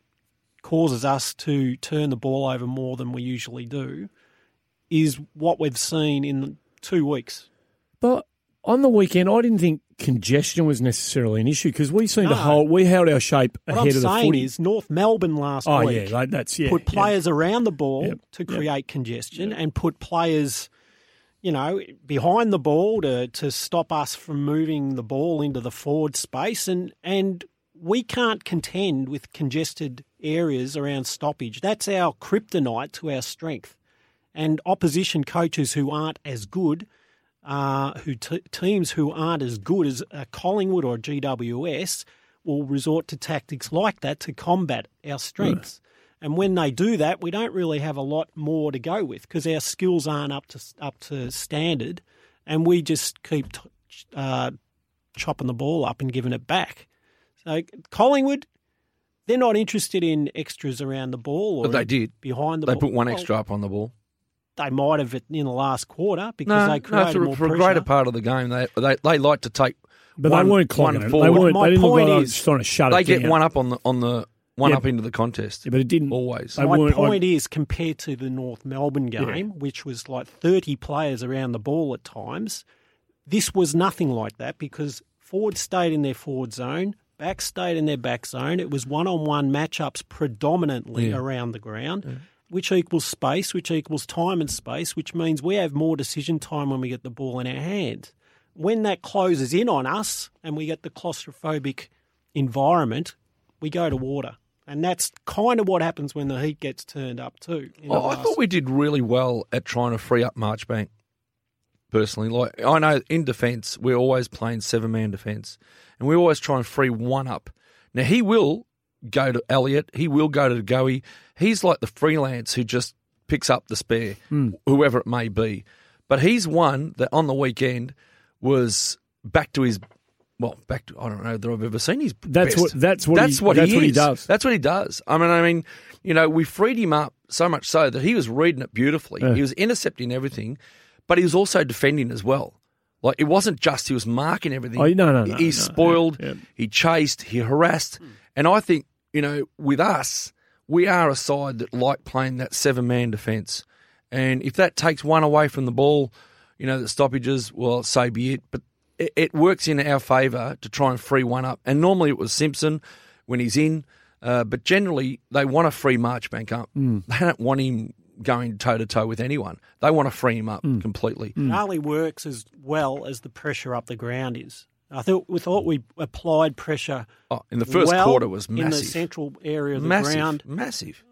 B: causes us to turn the ball over more than we usually do is what we've seen in two weeks.
A: But on the weekend, I didn't think congestion was necessarily an issue because we seemed to
B: No.
A: hold, we held our shape
B: What
A: ahead
B: I'm
A: of the
B: saying
A: footy.
B: is North Melbourne last
A: oh
B: week
A: yeah, like that's yeah.
B: put
A: yeah.
B: players around the ball
A: Yep,
B: to
A: yep.
B: create congestion and put players, you know, behind the ball to, to stop us from moving the ball into the forward space and and we can't contend with congested areas around stoppage. That's our kryptonite to our strength. And opposition coaches who aren't as good uh, who t- teams who aren't as good as a Collingwood or a GWS will resort to tactics like that to combat our strengths. And when they do that, we don't really have a lot more to go with because our skills aren't up to up to standard, and we just keep t- uh, chopping the ball up and giving it back. So Collingwood, they're not interested in extras around the ball. Or
C: But they did.
B: behind the
C: They
B: ball.
C: put one
B: Well,
C: extra up on the ball.
B: they might have in the last quarter because
C: No,
B: they
C: no,
B: created
C: for,
B: more
C: for a
B: pressure.
C: greater part of the game, they they, they like to take.
A: But
C: one,
A: they weren't clogging
C: one
A: it. They
C: forward.
A: weren't.
B: My
A: they didn't look like
B: point
A: they were
B: is,
A: just trying to shut
C: They
A: it
C: get
A: down.
C: one up on the on the one
A: Yeah.
C: up into the contest
A: yeah, but it didn't.
C: always.
A: They
B: My
A: weren't, like-
B: point is, compared to the North Melbourne game, which was like 30 players around the ball at times, this was nothing like that because forward stayed in their forward zone, back stayed in their back zone. It was one on one matchups predominantly around the ground, which equals space, which equals time and space, which means we have more decision time when we get the ball in our hand. When that closes in on us and we get the claustrophobic environment, we go to water. And that's kind of what happens when the heat gets turned up too. in the
C: Oh, I, I
B: last-
C: thought we did really well at trying to free up Marchbank. Personally, like I know in defence, we're always playing seven man defence, and we always try and free one up. Now he will go to Elliot. He will go to Goey. He's like the freelance who just picks up the spare,
A: Hmm.
C: whoever it may be. But he's one that on the weekend was back to his. Well, back to I don't know that I've ever seen his.
A: That's
C: best.
A: what- that's what
C: that's
A: he-
C: what
A: that's what he
C: is.
A: does.
C: That's what he does. I mean, I mean, you know, we freed him up so much so that he was reading it beautifully. He was intercepting everything, but he was also defending as well. Like it wasn't just he was marking everything.
A: Oh, no, no, no,
C: He
A: no.
C: spoiled.
A: Yeah, yeah.
C: He chased. He harassed. And I think you know, with us, we are a side that like playing that seven man defence. And if that takes one away from the ball, you know, the stoppages, well, so be it. But it, it works in our favour to try and free one up. And normally it was Simpson when he's in, uh, but generally they want to free Marchbank up. They don't want him going toe to toe with anyone. They want to free him up completely.
B: It only works as well as the pressure up the ground is. I thought we thought we applied pressure.
C: Oh, in the first
B: well
C: quarter was
B: in the
C: massive.
B: central area of the
C: massive,
B: ground.
C: massive.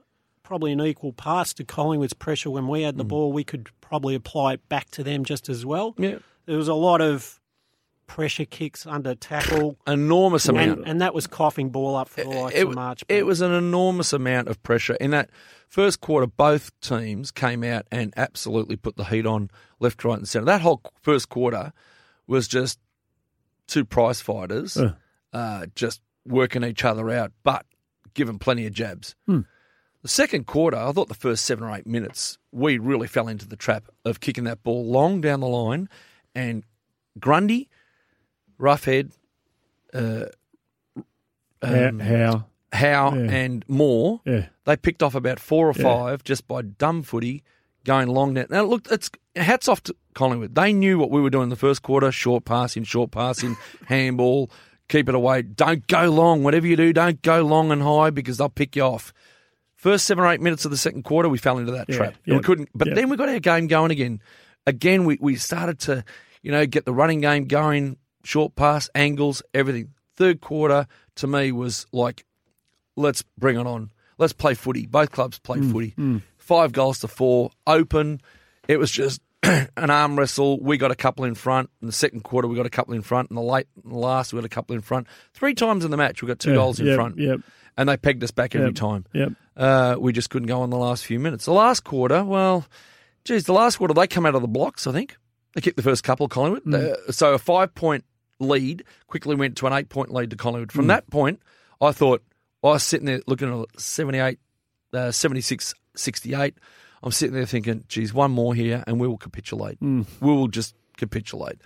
B: Probably an equal pass to Collingwood's pressure when we
C: Mm.
B: had the ball. We could probably apply it back to them just as well.
C: Yeah.
B: There was a lot of pressure kicks under tackle,
C: Enormous amount.
B: and, and that was coughing ball up for the likes
C: it,
B: of March.
C: it was an enormous amount of pressure in that first quarter. Both teams came out and absolutely put the heat on left, right, and centre. That whole first quarter was just two prize fighters
A: Yeah.
C: uh, just working each other out, but given plenty of jabs. The second quarter, I thought the first seven or eight minutes, we really fell into the trap of kicking that ball long down the line, and Grundy, Roughhead,
A: How- how?
C: Howe,
A: Yeah.
C: and Moore.
A: Yeah.
C: They picked off about four or five just by dumb footy going long net. Now, look, it's hats off to Collingwood. They knew what we were doing in the first quarter short passing, short passing, handball, keep it away. Don't go long. Whatever you do, don't go long and high because they'll pick you off. First seven or eight minutes of the second quarter, we fell into that trap.
A: yeah,
C: we couldn't, but
A: yeah.
C: then we got our game going again. Again, we, we started to, you know, get the running game going, short pass, angles, everything. Third quarter to me was like let's bring it on. Let's play footy. Both clubs play
A: Mm,
C: footy. Five goals to four, open. It was just an arm wrestle. We got a couple in front. In the second quarter, we got a couple in front. In the late in the last, we got a couple in front. Three times in the match, we got two
A: Yeah,
C: goals in
A: yeah,
C: front.
A: Yep.
C: And they pegged us back every
A: Yeah.
C: time.
A: Yep.
C: Uh, we just couldn't go on the last few minutes. The last quarter, well, geez, the last quarter, they come out of the blocks, I think. They kicked the first couple, Collingwood. Uh, so a five point lead quickly went to an eight point lead to Collingwood. From that point, I thought, I was sitting there looking at 78, uh, 76, 68. I'm sitting there thinking, geez, one more here and we will capitulate.
A: Hmm.
C: We will just capitulate.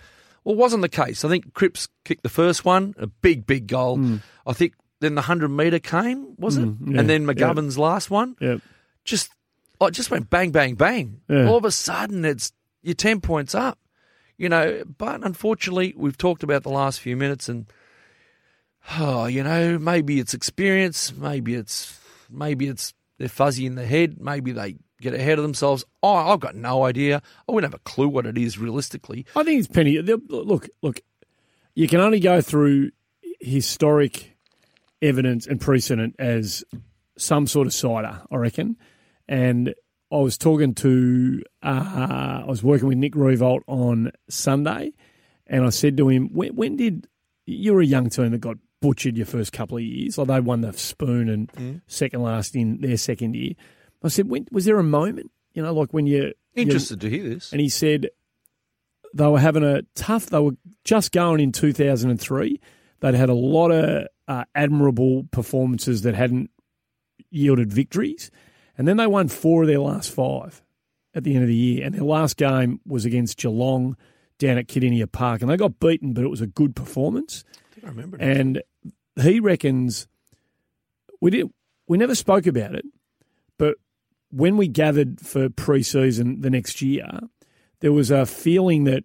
C: Well, it wasn't the case. I think Cripps kicked the first one, a big, big goal. I think then the 100 metre came, was it?
A: Hmm. yeah,
C: and then
A: yeah.
C: McGovern's last one
A: Yep.
C: just like just went bang, bang, bang.
A: Yeah.
C: All of a sudden, it's you're ten points up. You know, but unfortunately, we've talked about the last few minutes, and oh, you know, maybe it's experience, maybe it's maybe it's they're fuzzy in the head, maybe they get ahead of themselves. Oh, I've got no idea. I wouldn't have a clue what it is realistically.
A: I think it's Penny. the- Look, look, you can only go through historic evidence and precedent as some sort of cider, I reckon. And I was talking to, uh, I was working with Nick Revolt on Sunday, and I said to him, when, when did, you were a young team that got butchered your first couple of years, like they won the spoon and second last in their second year. I said, when, was there a moment, you know, like when you... you
C: Interested to hear this.
A: and he said they were having a tough. They were just going in 2003. They'd had a lot of uh, admirable performances that hadn't yielded victories, and then they won four of their last five at the end of the year. And their last game was against Geelong down at Kidinia Park, and they got beaten, but it was a good performance.
C: I think I remember. it.
A: And he reckons we did we never spoke about it, but when we gathered for pre-season the next year, there was a feeling that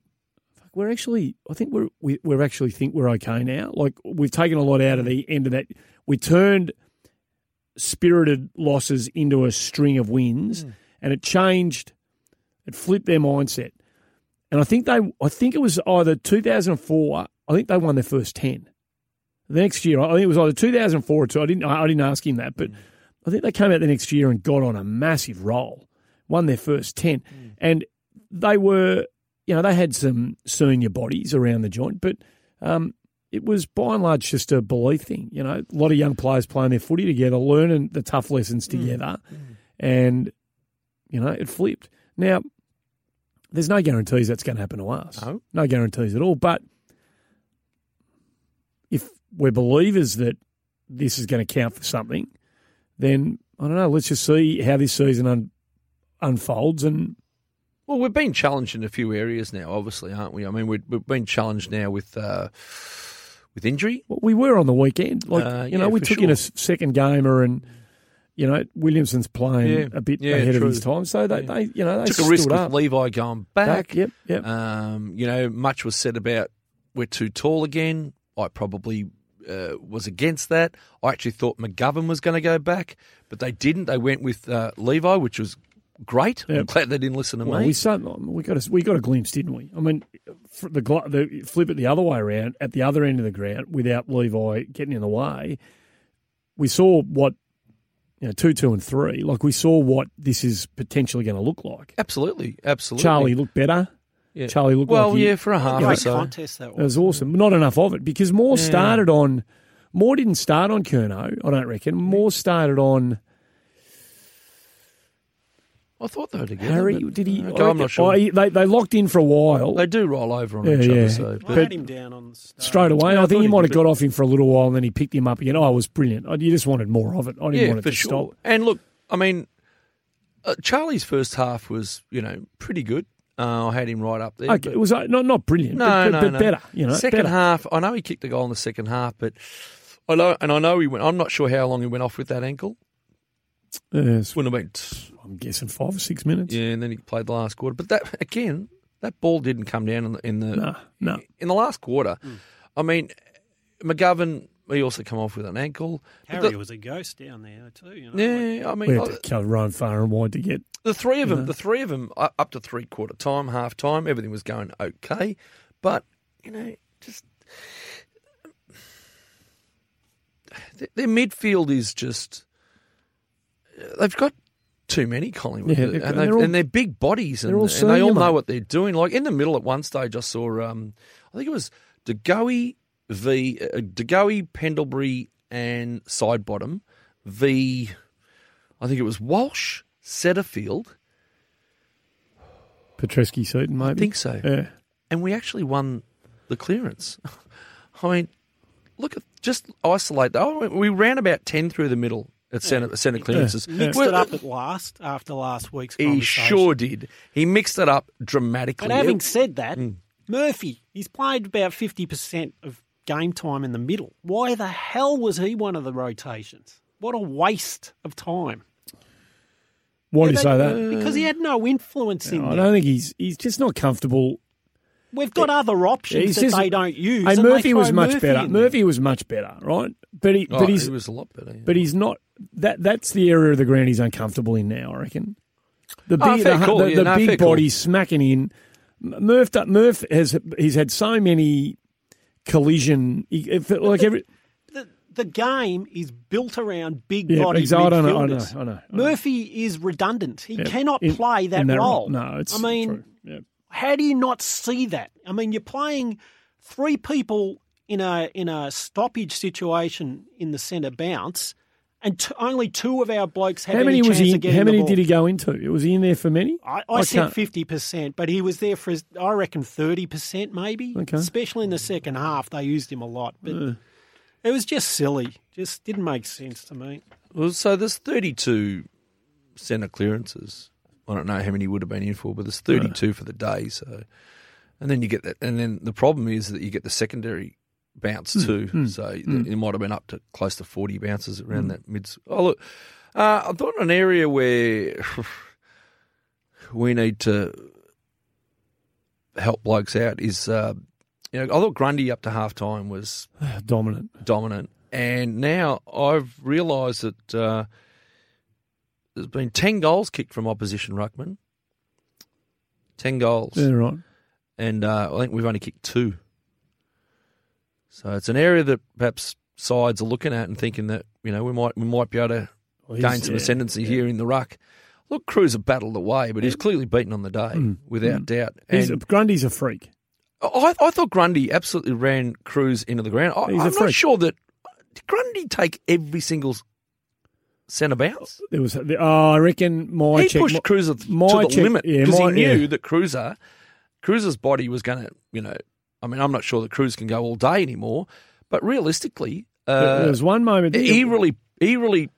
A: fuck, we're actually I think we're we, we're actually think we're okay now. Like we've taken a lot out of
C: Mm.
A: the end of that. We turned spirited losses into a string of wins,
C: Mm.
A: and it changed. It flipped their mindset. And I think they, I think it was either 2004. I think they won their first ten the next year, I think it was either 2004 or two. I didn't, I I didn't ask him that, but I think they came out the next year and got on a massive roll, won their first 10. And they were, you know, they had some senior bodies around the joint, but um, it was by and large just a belief thing. You know, a lot of young players playing their footy together, learning the tough lessons together. And, you know, it flipped. Now, there's no guarantees that's going to happen to us.
C: No.
A: no guarantees at all. But if we're believers that this is going to count for something, then I don't know. Let's just see how this season un- unfolds. And
C: Well, we've been challenged in a few areas now, obviously, aren't we? I mean, we've, we've been challenged now with uh, with injury.
A: well, we were on the weekend. Like
C: Uh,
A: you know,
C: yeah,
A: we
C: for
A: took in a
C: sure.
A: s- second gamer, and you know Williamson's playing
C: Yeah,
A: a bit
C: yeah,
A: ahead
C: true.
A: of his time. So they, they you know, they
C: Took a risk
A: stood
C: with
A: up.
C: Levi going back.
A: Back, yep, yep.
C: Um, you know, much was said about we're too tall again. I probably uh, was against that. I actually thought McGovern was going to go back, but they didn't. They went with uh, Levi, which was great. I'm
A: Yep.
C: glad they didn't listen to
A: Well,
C: me.
A: we saw, we got a, we got a glimpse, didn't we? I mean, fr- the, gl- the flip it the other way around at the other end of the ground without Levi getting in the way. We saw what you know, two, two, and three. Like we saw what this is potentially going to look like.
C: Absolutely, absolutely.
A: Charlie looked better.
C: Yeah.
A: Charlie looked
C: Well,
A: like he-
C: yeah, for a half or
B: Great
C: so.
B: contest that
A: It was
B: was.
A: awesome. Not enough of it because Moore started on. Moore didn't start on Kerno, I don't reckon. Moore started on
C: I thought they were together.
A: Harry.
C: but- uh,
A: Did he? I
C: Okay, I'm
A: reckon-
C: not sure.
A: oh, he- they, they locked in for a while.
C: They do roll over on
A: Yeah,
C: each
A: yeah.
C: other. So,
B: I
C: but-
A: But-
B: had him down on the start.
A: straight away.
C: Yeah, Um, I
A: I think
C: thought
A: he
C: he
A: might
C: did,
A: have got off him for a little while, and then he picked him up again. Oh, it was brilliant. I, you just wanted more of it. I didn't want it to stop.
C: And look, I mean, uh, Charlie's first half was, you know, pretty good. Uh, I had him right up there.
A: Okay,
C: but-
A: it was uh, not not brilliant,
C: no,
A: but, but,
C: no,
A: but
C: no.
A: better. You know,
C: second
A: better.
C: half. I know he kicked a goal in the second half, but I know, and I know he went. I'm not sure how long he went off with that ankle.
A: Yes,
C: Wouldn't have been. t-
A: I'm guessing five or six minutes.
C: Yeah, and then he played the last quarter. But that again, that ball didn't come down in the in the
A: No, no.
C: in the last quarter. I mean, McGovern. He also come off with an ankle. But
B: Harry
C: the-
B: was a ghost down there too. You know, like-
C: yeah, I mean,
A: We had
C: I-
A: to go run far and wide to get.
C: The three of them, the three of them, uh, up to three quarter time, half time, everything was going okay, but you know, just their, their midfield is just they've got too many Collingwood,
A: Yeah,
C: and,
A: they've got-
C: they've,
A: they're all-
C: and they're big bodies, and,
A: they're all
C: and they all
A: senior,
C: know
A: mate.
C: what they're doing. Like in the middle, at one stage, I saw, um, I think it was Degoe v uh, Degoe, Pendlebury, and Sidebottom v. I think it was Walsh, Setterfield.
A: Petreski Seaton, maybe. I
C: think so.
A: Yeah.
C: and we actually won the clearance. I mean, look at just isolate that. Oh, we ran about ten through the middle at centre centre clearances.
B: Mixed
C: Well, uh,
B: it up at last after last week's
C: He
B: conversation.
C: sure did. He mixed it up dramatically.
B: But having
C: It-
B: said that,
C: Mm.
B: Murphy, he's played about 50% of game time in the middle. Why the hell was he one of the rotations? What a waste of time.
A: Why do you say that?
B: Because he had no influence in
A: I
B: there.
A: don't think he's he's just not comfortable
B: We've got other options
A: He's
B: that
A: just-
B: they don't use.
A: Hey,
B: and they
A: Murphy was
B: throw
A: much
B: Murphy
A: better.
B: in there.
A: Murphy was much better, right? But he,
C: Oh,
A: but he's
C: he was a lot better. yeah.
A: but he's not. That that's the area of the ground he's uncomfortable in now. I reckon. The big,
C: Oh, fair
A: the,
C: call,
A: the,
C: yeah,
A: the
C: no, fair
A: big
C: call.
A: body smacking in. M- Murph, do- Murph has he's had so many collision. he- it felt like every
B: The, the game is built around big
A: yeah,
B: body
A: exactly. I don't know. I know.
B: midfielders.
A: I know. I know.
B: Murphy is redundant. He
A: Yeah.
B: cannot
A: In-
B: play that,
A: in
B: role.
A: No, it's
B: I mean,
A: true. Yeah.
B: How do you not see that? I mean, you're playing three people in a in a stoppage situation in the centre bounce, and t- only two of our blokes had
A: How many
B: any
A: was
B: chance
A: he?
B: of
A: in-
B: getting
A: How
B: the
A: many
B: ball.
A: did he go into? Was he in there for many? uh,
B: I, I said
A: can't-
B: fifty percent, but he was there for his, I reckon thirty percent, maybe.
A: Okay.
B: Especially in the second half, they used him a lot, but it was just silly. Just didn't make sense to me.
C: Well, so there's 32 centre clearances. I don't know how many would have been in for, but there's 32 for the day. So, and then you get that, and then the problem is that you get the secondary bounce too. So th- it might have been up to close to 40 bounces around that mid. Oh look, uh, I thought an area where we need to help blokes out is, uh, you know, I thought Grundy up to half time was
A: dominant.
C: dominant. And now I've realised that uh, there's been 10 goals kicked from opposition ruckman. 10 goals.
A: Yeah, right.
C: And uh, I think we've only kicked two. So it's an area that perhaps sides are looking at and thinking that you know we might we might be able to
A: Well, he's-
C: gain some
A: yeah,
C: ascendancy here in the ruck. Look, Cruz have battled away, but he's clearly beaten on the day without doubt.
A: Mm. He's,
C: And
A: Grundy's a freak.
C: I, I thought Grundy absolutely ran Cruz into the ground. I,
A: He's a
C: I'm not
A: freak.
C: sure that did Grundy take every single centre bounce.
A: There was, oh, I reckon my
C: he
A: check,
C: pushed
A: my-
C: Cruiser th-
A: my
C: to the
A: check-
C: limit
A: yeah,
C: because
A: my-
C: he knew
A: yeah.
C: that Cruiser, Cruiser's body was going to, you know, I mean, I'm not sure that Cruise can go all day anymore, but realistically,
A: there
C: uh,
A: was one moment.
C: he really, he really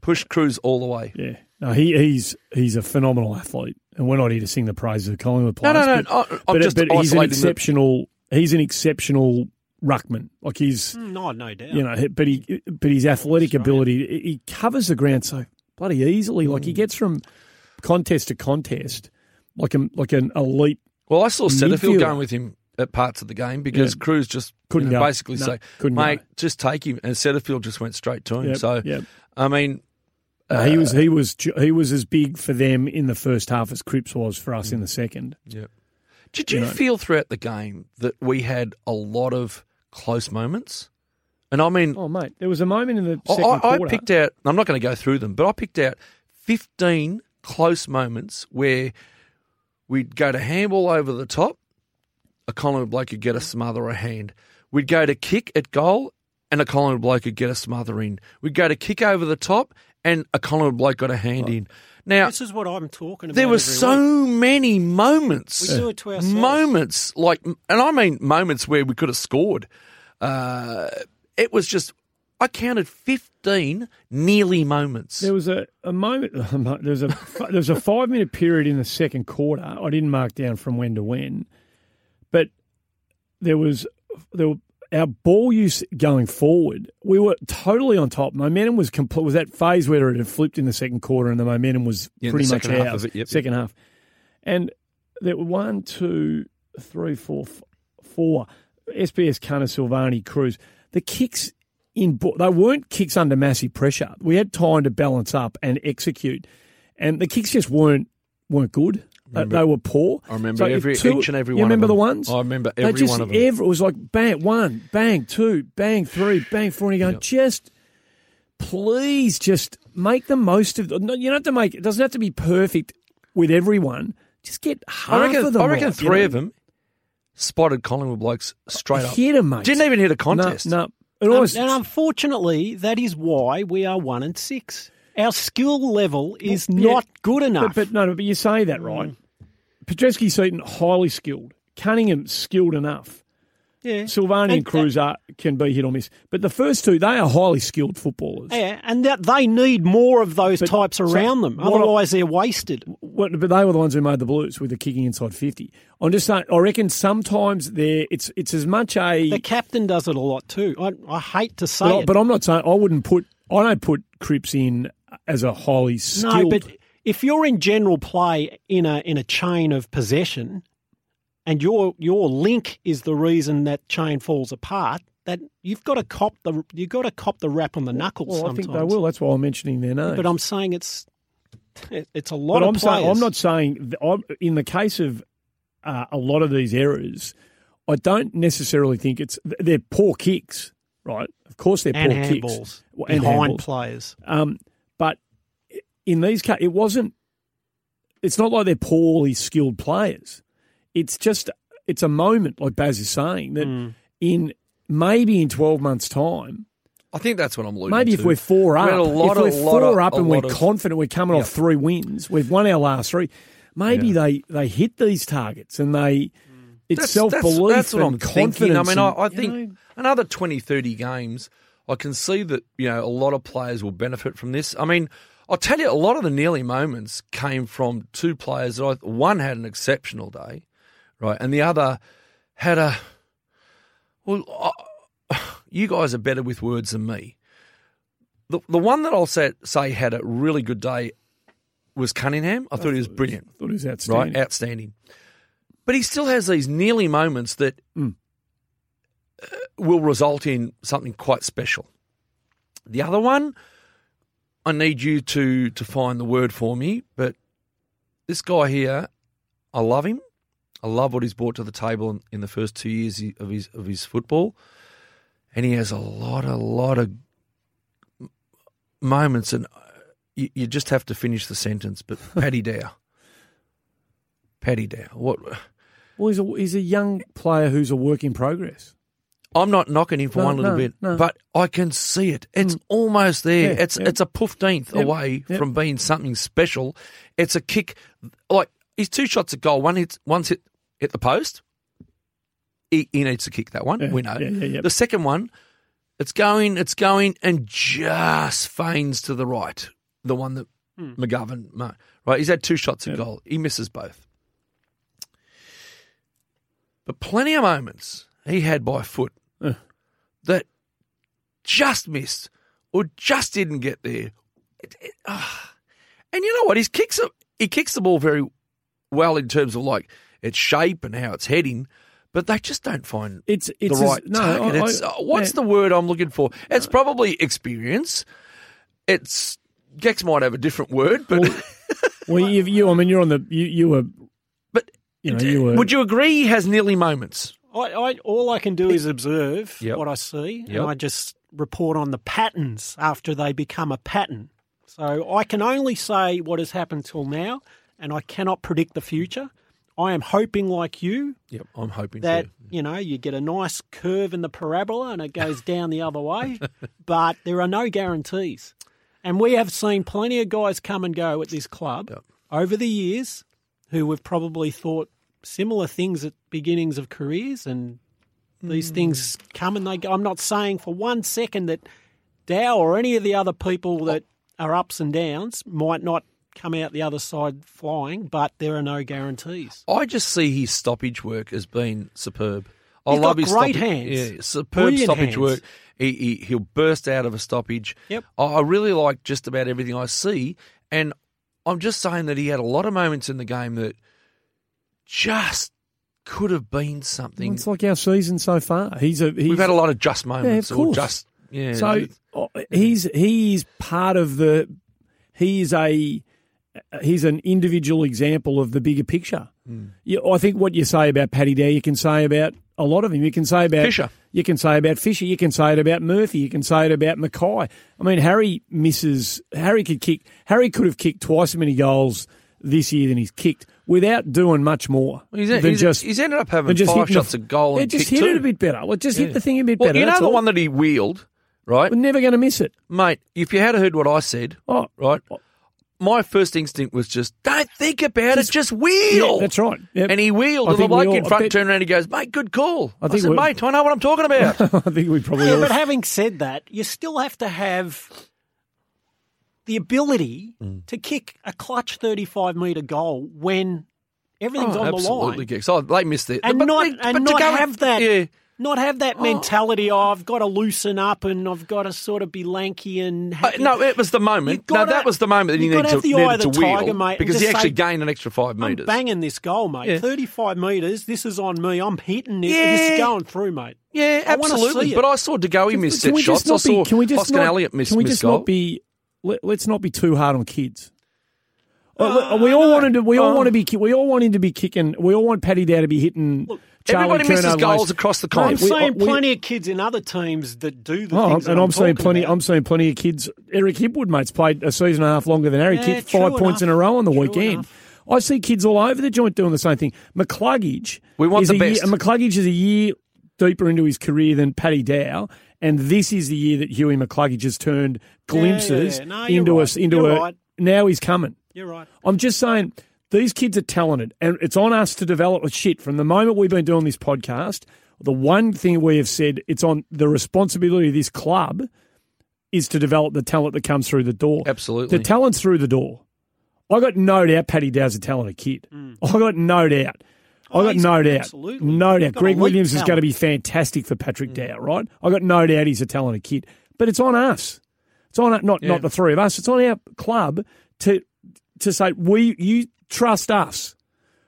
C: pushed Cruise all the way.
A: yeah, no, he, he's he's a phenomenal athlete, and we're not here to sing the praises of Collingwood
C: No,
A: players.
C: no, no.
A: but-
C: I, I'm
A: but,
C: just
A: but he's an
C: isolating the-
A: exceptional. He's an exceptional ruckman. Like he's,
B: Mm, No, no doubt.
A: you know, he- but he, but his athletic ability, he- he covers the ground so bloody easily. Like
C: Mm.
A: he gets from contest to contest, like a like an elite.
C: Well, I saw Setterfield
A: midfielder.
C: going with him at parts of the game because
A: Yeah.
C: Cruz just
A: Couldn't
C: you know,
A: go.
C: basically
A: No,
C: say,
A: couldn't go.
C: mate, just take him. And Setterfield just went straight to him.
A: Yep,
C: so,
A: yep.
C: I mean,
A: Uh, he was he was ju- he was as big for them in the first half as Cripps was for us in the second.
C: Did
A: you
C: you,
A: know.
C: feel throughout the game that we had a lot of close moments? And I mean,
A: Oh mate, there was a moment in the
C: I,
A: second
C: I, I
A: quarter.
C: picked out, I'm not going to go through them, but I picked out 15 close moments where we'd go to handball over the top, a Collingwood bloke could get a smother a hand. We'd go to kick at goal, and a Collingwood bloke could get a smother in. We'd go to kick over the top, and a Collingwood bloke got a hand in. Now,
B: This is what I'm talking about.
C: there were
B: every week.
C: so many moments.
B: We do it to ourselves.
C: moments like, and I mean moments where we could have scored. Uh, it was just, I counted fifteen nearly moments.
A: There was a, a moment. There was a there was a five minute period in the second quarter. I didn't mark down from when to when, but there was there were, our ball use going forward. We were totally on top. Momentum was complete. Was that phase where it had flipped in the second quarter and the momentum was
C: Yeah, in the
A: pretty much
C: second half
A: ours,
C: of it, yep,
A: second half, and there were one, two, three, four, f- four. SBS Cunner, Silvani, Cruz. The kicks in bo- they weren't kicks under massive pressure. We had time to balance up and execute, and the kicks just weren't weren't good. They- they were poor.
C: I remember
A: if
C: every- each and every
A: you
C: one of
A: remember
C: them.
A: the ones?
C: I remember
A: They
C: every
A: just,
C: one of them.
A: Every, it was like bang one, bang two, bang three, bang four, and you're going just please just make the most of. No, you don't have to make. It doesn't have to be perfect with everyone. Just get half
C: I reckon,
A: of them.
C: I reckon
A: right, you
C: three
A: know?
C: of them spotted Collingwood blokes straight up.
A: Hit 'em, mate.
C: Didn't even hit a contest.
A: No, no. It
B: Um,
A: always,
B: and unfortunately, that is why we are one and six. Our skill level is
A: Well, yeah,
B: not good enough.
A: But, but no, no, but you say that right. Petreski, Seaton, highly skilled. Cunningham, skilled enough.
B: yeah.
A: Silvani and, uh,
B: And-
A: Cruz are, can be hit or miss. But the first two, they are highly skilled footballers.
B: yeah, and that they need more of those
A: But-
B: types
A: so
B: around them.
A: what-
B: Otherwise, they're wasted.
A: What- but they were the ones who made the Blues with the kicking inside 50. I'm just saying, I reckon sometimes there it's it's as much a.
B: The captain does it a lot too. I, I hate to say
A: but, I,
B: it.
A: but I'm not saying, I wouldn't put, I don't put Cripps in as a highly skilled.
B: No, but if you're in general play in a in a chain of possession, and your your link is the reason that chain falls apart, that you've got to cop the you've got to cop the rap on the knuckles
A: well, I
B: sometimes.
A: think they will. That's why I'm mentioning their names.
B: But I'm saying it's it- it's a lot
A: But
B: of
A: I'm
B: players.
A: saying I'm not saying th- I'm, in the case of uh, a lot of these errors, I don't necessarily think it's th- they're poor kicks, right? Of course, they're
B: and
A: poor
B: handballs
A: kicks Well, and
B: behind
A: handballs.
B: players.
A: Um, but in these cases, it wasn't. It's not like they're poorly skilled players. It's just it's a moment, like Baz is saying, that
B: Hmm.
A: in maybe in twelve months' time,
C: I think that's what I'm looking
A: Maybe if we're four
C: We
A: up,
C: had a lot
A: if we're
C: of- lot of-
A: four up
C: a
A: and we're
C: lot of-
A: confident we're coming off three wins, we've won our last three. Maybe they, they hit these targets and they it's self belief
C: Mm. That's what
A: and
C: I'm
A: confidence.
C: thinking. I mean, I, I
A: and, you
C: think
A: know,
C: another 20, 30 games, I can see that you know a lot of players will benefit from this. I mean, I'll tell you, a lot of the nearly moments came from two players that I, one had an exceptional day, right, and the other had a. Well, I, you guys are better with words than me. The, the one that I'll say, say had a really good day was Cunningham. I thought he was brilliant
A: I thought it was outstanding.
C: right? Outstanding. But he still has these nearly moments that uh, will result in something quite special. The other one, I need you to to find the word for me, but this guy here, I love him. I love what he's brought to the table in, in the first two years he- of his of his football. and he has a lot, a lot of m- moments, and uh, you, you just have to finish the sentence. But Paddy Dow, Paddy Dow, what?
A: Well, he's a, he's a young player who's a work in progress.
C: I'm not knocking him for
A: No,
C: one little
A: no,
C: bit,
A: no. Mm.
C: but I can see it. It's almost there.
A: Yeah,
C: it's
A: yeah.
C: it's a poofteenth
A: Yep,
C: away
A: yep.
C: from being something special. It's a kick, like he's two shots at goal. One hits, one's hit hit the post. He, he needs to kick that one.
A: Yeah,
C: we know.
A: yeah, yeah, yeah.
C: The second one, it's going, it's going, and just feigns to the right. The one that McGovern, ma- right? He's had two shots at goal. He misses both. But plenty of moments he had by foot
A: Ugh.
C: that just missed or just didn't get there. It- it- ah. And you know what? His kicks are, he kicks the ball very well in terms of like its shape and how it's heading, but they just don't find
A: It's
C: the
A: it's
C: right
A: as- no,
C: target.
A: I- I-
C: it's, uh, what's
A: yeah. Uh,
C: the word I'm looking for? It's probably experience. It's Gex might have a different word, but
A: Well, you, you I mean, you're on the you you were,
C: But
A: you know you were.
C: would you agree he has nearly moments?
B: I, I, all I can do is observe
C: Yep.
B: what I see,
C: Yep.
B: and I just report on the patterns after they become a pattern. So I can only say what has happened till now, and I cannot predict the future. I am hoping, like you,
C: Yep, I'm hoping
B: that you know you get a nice curve in the parabola and it goes down the other way, but there are no guarantees. And we have seen plenty of guys come and go at this club
C: Yep.
B: over the years who have probably thought similar things at beginnings of careers and these things come and they go. I'm not saying for one second that Dow or any of the other people that are ups and downs might not come out the other side flying, but there are no guarantees.
C: I just see his stoppage work as being superb. I
B: He's
C: love
B: got
C: his
B: great
C: stoppa-
B: hands.
C: Yeah, superb
B: Brilliant
C: stoppage
B: hands.
C: work. He, he he'll burst out of a stoppage.
B: Yep.
C: I, I really like just about everything I see, and I'm just saying that he had a lot of moments in the game that just could have been something.
A: It's like our season so far. He's a he's,
C: We've had a lot of just moments, or
A: course.
C: just yeah.
A: So uh, he's he is part of the he is a he's an individual example of the bigger picture.
C: Hmm.
A: You, I think what you say about Paddy Dow, you can say about a lot of him. You can say about
C: Fisher.
A: You can say about Fisher. You can say it about Murphy. You can say it about Mackay. I mean, Harry misses. Harry could kick. Harry could have kicked twice as many goals this year than he's kicked without doing much more
C: he's,
A: than
C: he's-
A: just
C: he's ended up
A: than
C: having
A: just
C: five
A: hitting
C: shots
A: the,
C: at goal
A: Yeah,
C: and
A: just
C: kicked
A: hit it
C: two.
A: a bit better. Well, just hit the thing a bit
C: Well,
A: better.
C: you know
A: that's
C: the
A: all.
C: one that he wheeled, right?
A: We're never going to miss it.
C: Mate, if you had heard what I said,
A: Oh,
C: right? My first instinct was just don't think about it, just wheel.
A: Yeah, that's right. Yep.
C: And he wheeled,
A: I
C: and the
A: think we
C: bloke
A: all-
C: in
A: I
C: front
A: think-
C: turned around and goes, "Mate, good call." I,
A: think
C: said,
A: we-
C: "Mate, I know what I'm talking about."
A: I think we probably
B: Yeah,
A: all.
B: but having said that, you still have to have the ability
C: Mm.
B: to kick a clutch 35 metre goal when everything's
C: Oh,
B: on the
C: absolutely,
B: line.
C: Gex. Oh, they missed it,
B: And
C: But
B: not,
C: they- but
B: and
C: to
B: not
C: go-
B: have that.
C: Yeah,
B: Not have that mentality. Oh, I've got to loosen up, and I've got to sort of be lanky and.
C: Uh,
B: Happy.
C: no, it was the
B: You've
C: moment. No,
B: gotta-
C: that was the moment that he
B: you've
C: needed
B: gotta
C: to,
B: have the eye
C: needed
B: of
C: to
B: the tiger,
C: wheel
B: mate, and
C: because he
B: just
C: actually
B: say,
C: gained an extra five
B: I'm
C: meters.
B: banging this goal, mate.
C: Yeah.
B: 35 metres. This is on me. I'm hitting it. This
C: Yeah.
B: is going through, mate.
C: Yeah,
B: I wanna
C: absolutely.
B: see it.
C: but I saw De Goey miss
A: Can
C: set
A: we just
C: shots. I
A: not be-
C: saw
A: can we just
C: Oscar
A: not-
C: Elliott miss
A: Can we
C: miss
A: just
C: goal.
A: not be? Let, us not be too hard on kids. Uh, look, we all wanted to. We all want to be. ki- We all want him to be kicking. We all want Paddy Dow to be hitting. Charlie
C: everybody misses
A: Kernow
C: goals
A: lanes.
C: across the
A: Mate,
C: comp.
B: I'm
C: We-
B: seeing
A: we-
B: plenty of kids in other teams that do the
A: Oh,
B: things. that
A: and I'm seeing
B: talking
A: plenty.
B: about.
A: I'm seeing plenty of kids. Eric Hipwood, mate's played a season and a half longer than Harry.
B: Yeah,
A: kicked
B: true
A: five points
B: enough.
A: in a row on the
B: True
A: weekend.
B: enough.
A: I see kids all over the joint doing the same thing. McCluggage.
C: We want
A: is
C: the
A: a
C: best.
A: Year, McCluggage is a year deeper into his career than Paddy Dow, and this is the year that Huey McCluggage has turned glimpses
B: yeah. No, you're
A: into us
B: right.
A: into
B: You're
A: a.
B: right.
A: Now he's coming.
B: You're right.
A: I'm just saying these kids are talented, and it's on us to develop a shit. From the moment we've been doing this podcast, the one thing we have said it's on the responsibility of this club is to develop the talent that comes through the door.
C: Absolutely.
A: the talent's through the door. I got no doubt Paddy Dow's a talented kid. I got no doubt. I
B: Oh,
A: got
B: he's-
A: no doubt.
B: Mm. absolutely.
A: No
B: He's
A: doubt.
B: got
A: Greg
B: elite
A: Williams is
B: talent. Mm.
A: going to be fantastic for Patrick Dow, right? I got no doubt he's a talented kid. But it's on us. It's on not not the three of us. It's on our club to to say we you trust us.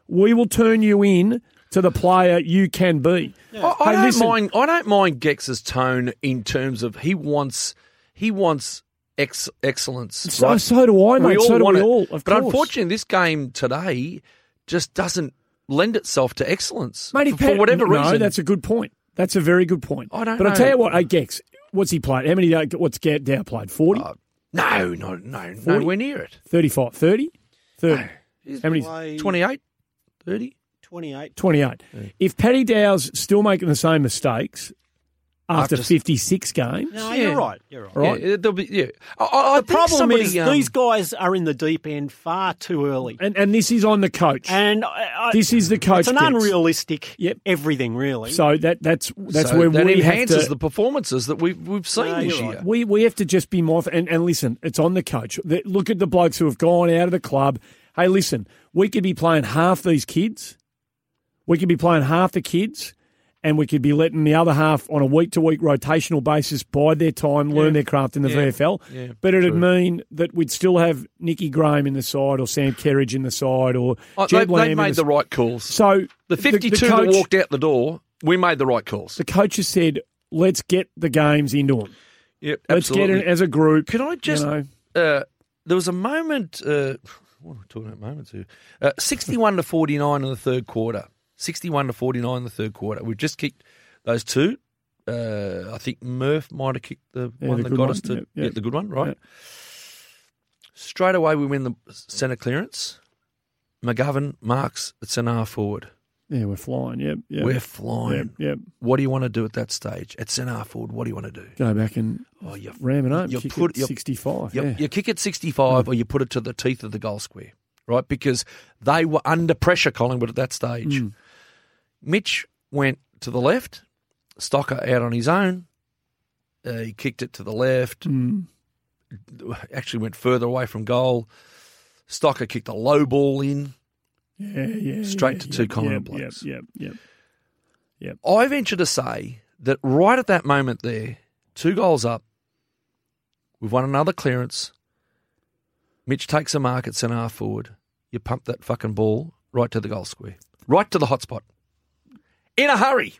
A: We will turn you in to the player you can be.
C: I, I
A: Hey,
C: don't
A: listen.
C: mind. I don't mind Gex's tone in terms of he wants he wants ex, excellence.
A: So,
C: right?
A: so do I, mate.
C: we all
A: so do
C: want
A: we
C: it.
A: all. Of
C: but
A: course.
C: unfortunately, this game today just doesn't lend itself to excellence
A: Mate, if
C: for, for
A: Pat-
C: whatever
A: no,
C: reason.
A: that's a good point. That's a very good point.
C: I don't
A: But I'll
C: know.
A: tell you what, hey, Gex, what's he played? How many, uh, what's Get Dow played? 40?
C: Oh, no, no, no, nowhere near it.
A: 35? 30? 30.
C: He's
A: How many?
B: Play
C: 28, 30.
B: 28.
A: 28. If Paddy Dow's still making the same mistakes after,
C: After s-
A: 56 games,
B: No,
C: Yeah.
B: you're right. You're right.
A: Right.
C: Yeah, there'll be, yeah. I, I, I
B: The problem
C: somebody,
B: is
C: um,
B: these guys are in the deep end far too early.
A: and, and this is on the coach.
B: And I, I,
A: this is the coach.
B: it's an
A: Gex.
B: unrealistic
A: Yep.
B: everything, really.
A: So that that's that's
C: so
A: where
C: that
A: we
C: enhances
A: have to,
C: the performances that we've we've seen
B: No,
C: this
B: you're
C: year.
B: right.
A: We we have to just be mindful and, and listen. It's on the coach. The- look at the blokes who have gone out of the club. Hey, listen, we could be playing half these kids. We could be playing half the kids, and we could be letting the other half on a week to week rotational basis bide their time, learn their craft in the VFL.
C: Yeah,
A: but it'd mean that we'd still have Nicky Graham in the side, or Sam Kerridge in the side, or
C: I-
A: Jed
C: Oh, Uh, they,
A: Lamb.
C: they
A: in
C: made
A: the,
C: the right calls.
A: so
C: The 52
A: coach,
C: that walked out the door, we made the right calls.
A: The coach has said, "Let's get the games into them.
C: Yep,
A: Let's
C: absolutely.
A: get it as a group."
C: Can I just?
A: you know.
C: uh, there was a moment. Uh, what am I talking about? Moments here. Uh, Sixty-one to forty-nine in the third quarter. Sixty-one to forty-nine in the third quarter. We've just kicked those two. Uh, I think Murph might have kicked the
A: Yeah,
C: one
A: the
C: that
A: good
C: got
A: one.
C: us to
A: Yeah, yeah.
C: yeah, the good one, right? Straight away, we win the centre clearance. McGovern marks at centre forward.
A: Yeah, we're flying. Yep, yep.
C: We're flying.
A: Yep, yep.
C: What do you want to do at that stage? At centre forward, what do you want to do?
A: Go back and
C: Oh, you
A: ram it home.
C: You
A: kick
C: put-
A: it
C: you-
A: 65.
C: You,
A: yeah.
C: you kick it 65 or you put it to the teeth of the goal square, right? Because they were under pressure, Collingwood, at that stage. Mitch went to the left, Stocker out on his own. Uh, he kicked it to the left,
A: Mm.
C: actually went further away from goal. Stocker kicked a low ball in.
A: yeah, yeah.
C: Straight
A: yeah,
C: to two
A: yeah,
C: Collingwood
A: yep,
C: blokes.
A: Yep, yep, yep.
C: I venture to say that right at that moment there, two goals up, we've won another clearance. Mitch takes a mark at centre half forward. You pump that fucking ball right to the goal square, right to the hot spot. In a hurry.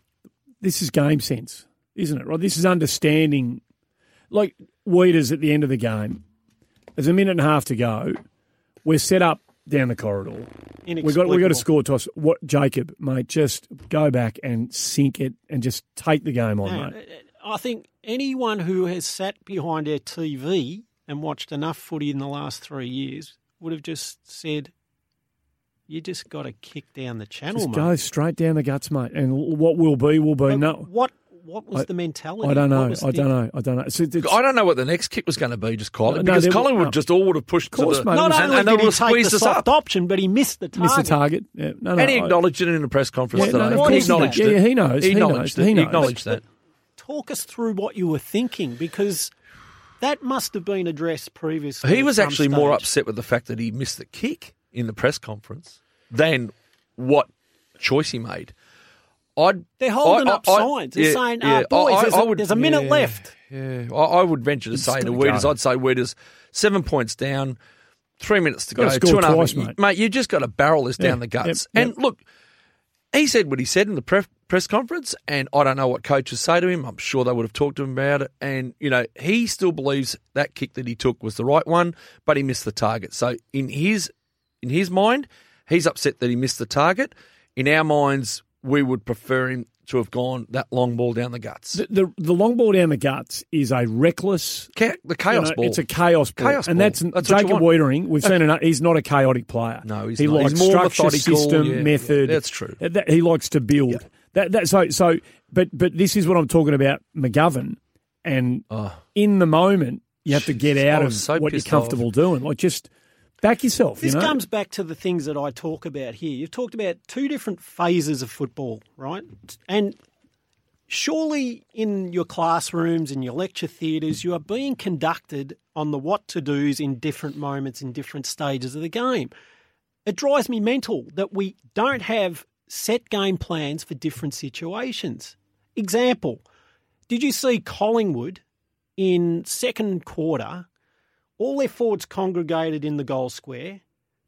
A: This is game sense, isn't it? Right. This is understanding. Like Weeders at the end of the game, there's a minute and a half to go. We're set up down the corridor. We got we got
B: Inexplicable.
A: to score toss. What Jacob, mate? Just go back and sink it, and just take the game on,
B: Man,
A: mate.
B: uh, I think anyone who has sat behind their TV and watched enough footy in the last three years would have just said, "You just got to kick down the channel,
A: Just
B: mate."
A: go straight down the guts, mate. And what will be will be.
B: But
A: No,
B: What What was
A: I-
B: the mentality?
A: I don't
B: What
A: know.
B: was
A: I
B: the-
A: don't know. I don't know. So it's,
C: I don't know what the next kick was going to be, just Collingwood,
A: No,
C: because
A: they were-
C: Collingwood
A: no.
C: just all would have pushed
A: course,
C: to the,
A: mate.
B: Not
C: and,
B: only
C: and they
B: did
C: would
B: he
C: have
B: take
C: squeezed
B: the
C: us up.
B: soft option, but he missed the target.
A: missed the target. Yeah, no, no.
C: And he
A: I-
C: acknowledged it in a press conference
A: Yeah, no,
C: today.
A: of
C: he
A: course he
C: acknowledged
A: did.
C: it.
A: Yeah, he knows. He
C: acknowledged
A: knows.
C: it.
A: He knows.
C: acknowledged that.
B: Talk us through what you were thinking, because that must have been addressed previously.
C: He
B: at
C: was
B: some
C: actually more
B: stage.
C: upset with the fact that he missed the kick in the press conference than what choice he made. I'd,
B: They're holding
C: I- I-
B: up
C: I-
B: signs. They're
C: yeah,
B: saying,
C: yeah.
B: oh, boys,
C: I- I-
B: there's,
C: I
B: a,
C: would-
B: there's a minute
C: yeah,
B: left.
C: Yeah, I, I would venture to say to
A: gotta
C: Weeders,
A: go.
C: I'd say Weeders, seven points down, three minutes to
A: Gotta
C: go,
A: score
C: two and a half.
A: twice,
C: You-
A: mate.
C: mate, you just got to barrel this
A: Yeah,
C: down the guts.
A: yep,
C: And look, he said what he said in the pref- press conference, and I don't know what coaches say to him. I'm sure they would have talked to him about it. And, you know, he still believes that kick that he took was the right one, but he missed the target. So in his in his mind, he's upset that he missed the target. In our minds, we would prefer him to have gone that long ball down the guts.
A: The, the the long ball down the guts is a reckless.
C: Ca- the
A: you
C: chaos
A: know,
C: ball.
A: It's a chaos ball,
C: Chaos
A: and
C: ball.
A: that's,
C: That's what you
A: Jacob
C: want.
A: Wiedering. We've seen enough. He's not a chaotic player.
C: No, he's
A: he
C: not.
A: likes
C: He's more
A: structure,
C: methodical.
A: system,
C: Yeah, yeah.
A: method.
C: That's true.
A: That, that- he likes to build. That, that so so. But but this is what I'm talking about, McGovern, and
C: Oh.
A: in the moment you have to get
C: Jeez, I
A: out of
C: was so
A: what you're
C: pissed off.
A: comfortable doing. Like just back yourself.
B: This
A: you know?
B: comes back to the things that I talk about here. You've talked about two different phases of football, right? And surely in your classrooms and your lecture theatres, you are being conducted on the what to do's in different moments in different stages of the game. It drives me mental that we don't have set game plans for different situations. Example, did you see Collingwood in second quarter? All their forwards congregated in the goal square,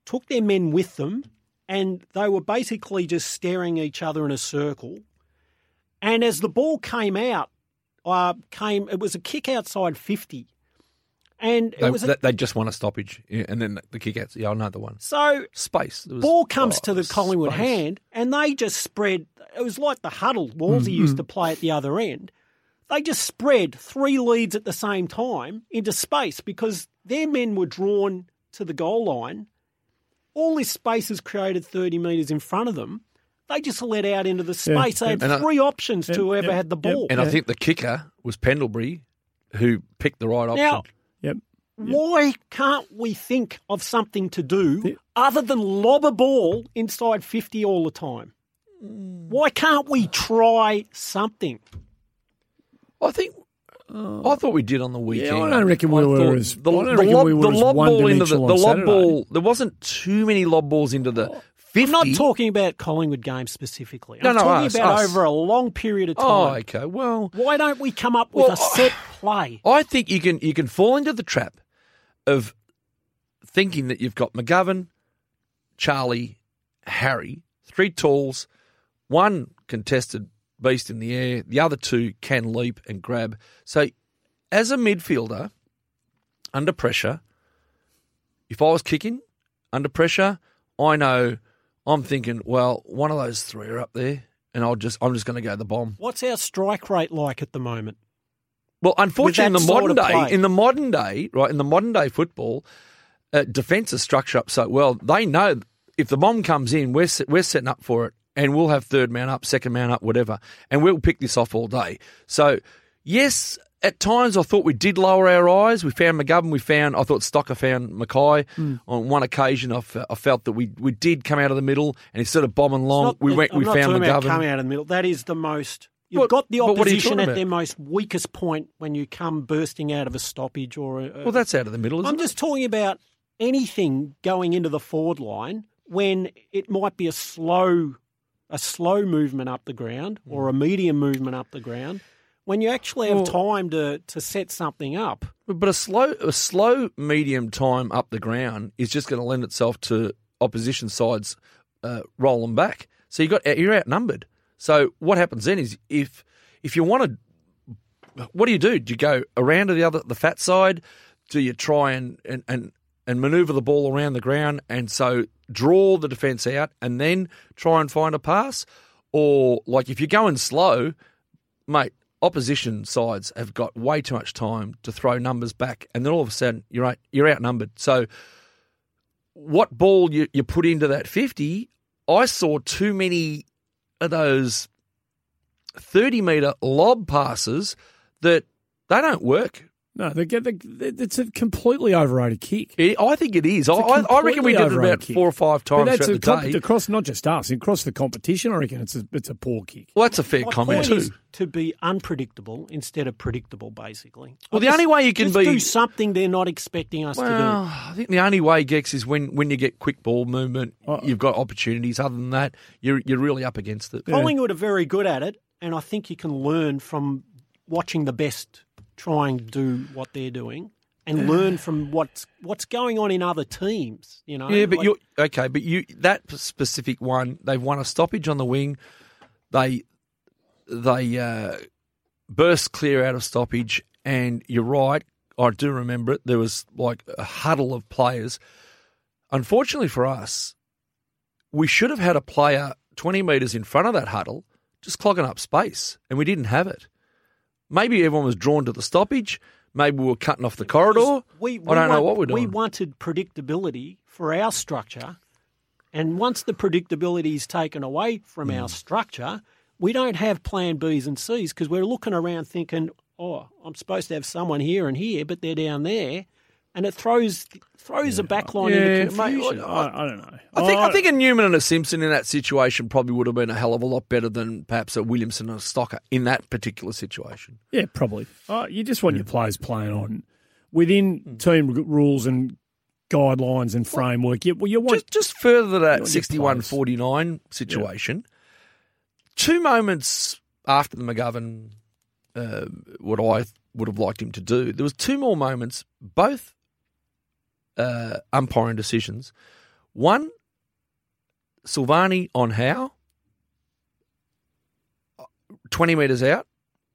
B: took their men with them, and they were basically just staring each other in a circle. And as the ball came out, uh, came it was a kick outside fifty, and
C: They,
B: it was a,
C: they, they just won a stoppage, Yeah, and then the kick outs. Yeah, I know the one.
B: so
C: Space. There was-
B: ball comes
C: oh,
B: to the Collingwood
C: space.
B: hand, and they just spread. It was like the huddle Wolsey used
C: Mm-hmm.
B: to play at the other end. They just spread three leads at the same time into space because their men were drawn to the goal line. All this space is created 30 metres in front of them. They just let out into the space. They had
C: And I-
B: three options to
A: Yeah,
B: whoever
A: yeah,
B: had the
A: yeah.
B: ball.
C: And I think the kicker was Pendlebury, who picked the right option.
B: Now-
A: Yep.
B: Why can't we think of something to do other than lob a ball inside 50 all the time?
C: Mm.
B: Why can't we try something?
C: I think. I thought we did on the weekend.
A: I don't reckon we were
C: thought
A: as-
C: the,
A: I don't
C: the
A: reckon
C: lob,
A: we were
C: the
A: as
C: lob ball into the,
A: one-dimensional
C: the
A: on
C: lob
A: Saturday.
C: ball. There wasn't too many lob balls into the
B: I'm
C: 50
B: not talking about Collingwood games specifically. I'm
C: No, no,
B: talking
C: us,
B: about
C: us.
B: over a long period of time.
C: Oh, okay. Well,
B: Why don't we come up with
C: Well,
B: a set play?
C: I think you can you can fall into the trap of thinking that you've got McGovern, Charlie, Harry, three talls, one contested beast in the air, the other two can leap and grab. So as a midfielder, under pressure, if I was kicking under pressure, I know I'm thinking, well, one of those three are up there and I'll just I'm just gonna go the bomb.
B: What's our strike rate like at the moment?
C: Well, unfortunately, in
B: that
C: the
B: sort
C: modern
B: of
C: day,
B: play.
C: in the modern day, right, in the modern day football, uh, defenses structure up so well they know if the bomb comes in, we're se- we're setting up for it, and we'll have third man up, second man up, whatever, and we'll pick this off all day. So, yes. At times, I thought we did lower our eyes. We found McGovern. We found. I thought Stocker found Mackay.
B: Hmm.
C: On one occasion, I, f- I felt that we, we did come out of the middle and instead of bombing long,
B: Not
C: we
B: the-
C: went.
B: I'm
C: We
B: not
C: found
B: talking about
C: McGovern.
B: coming out of the middle. That is the most. You've
C: What-
B: got the
C: but what are you
B: opposition
C: talking
B: at
C: about?
B: their most weakest point when you come bursting out of a stoppage or a, a
C: well, that's out of the middle. Isn't
B: I'm just talking about anything going into the forward line when it might be a slow, a slow movement up the ground or a medium movement up the ground. When you actually have
C: Mm. Well-
B: time to, to set something up,
C: But a slow, a slow medium time up the ground is just going to lend itself to opposition sides uh, rolling back. So you got you're outnumbered. So what happens then is if if you want to, what do you do? Do you go around to the other the fat side? Do you try and and and, and manoeuvre the ball around the ground and so draw the defence out and then try and find a pass? Or like if you're going slow, mate, opposition sides have got way too much time to throw numbers back, and then all of a sudden you're out, you're outnumbered. So, what ball you, you put into that fifty? I saw too many of those thirty meter lob passes that they don't work.
A: No, they get the, it's a completely overrated kick.
C: It, I think it is. I,
A: a
C: I I reckon we
A: completely
C: did it
A: overrated
C: about
A: kick.
C: four or five
A: But
C: times
A: that's
C: throughout
A: a
C: the
A: comp-
C: day.
A: across not just us, across the competition. I reckon it's a, it's a poor kick.
C: Well, that's a fair
B: my
C: comment
B: point
C: too.
B: is to be unpredictable instead of predictable, basically.
C: Well, the only way you can
B: Just
C: be
B: do something they're not expecting us to do.
C: Well, I think the only way Gex is when, when you get quick ball movement, you've got opportunities. Other than that, you're you're really up against it.
B: Collingwood are very good at it, and I think you can learn from watching the best try and do what they're doing, and learn from what's what's going on in other teams. You know,
C: Yeah, but
B: Like,
C: you are okay. But you that specific one, they've won a stoppage on the wing. They they uh, burst clear out of stoppage, and you're right. I do remember it. There was like a huddle of players. Unfortunately for us, we should have had a player 20 metres in front of that huddle, just clogging up space, and we didn't have it. Maybe everyone was drawn to the stoppage. Maybe we were cutting off the corridor.
B: we, we
C: I don't know
B: want-
C: what we're doing.
B: We wanted predictability for our structure, and once the predictability is taken away from
C: Mm.
B: our structure, we don't have plan Bs and Cs because we're looking around thinking, "Oh, I'm supposed to have someone here and here, but they're down there," and it throws throws a backline
C: Yeah,
B: into
C: mate, oh,
B: confusion.
A: I, I don't know.
C: I think I think a Newman and a Simpson in that situation probably would have been a hell of a lot better than perhaps a Williamson and a Stocker in that particular situation.
A: Yeah, probably. Uh, you just want your players playing on within team r- rules and guidelines and framework. You, well, you want
C: Just just further to that
A: your
C: 61 49 situation, two moments after the McGovern, uh, what I would have liked him to do, there was two more moments, both uh, umpiring decisions. One, Silvani on Howe, 20 metres out.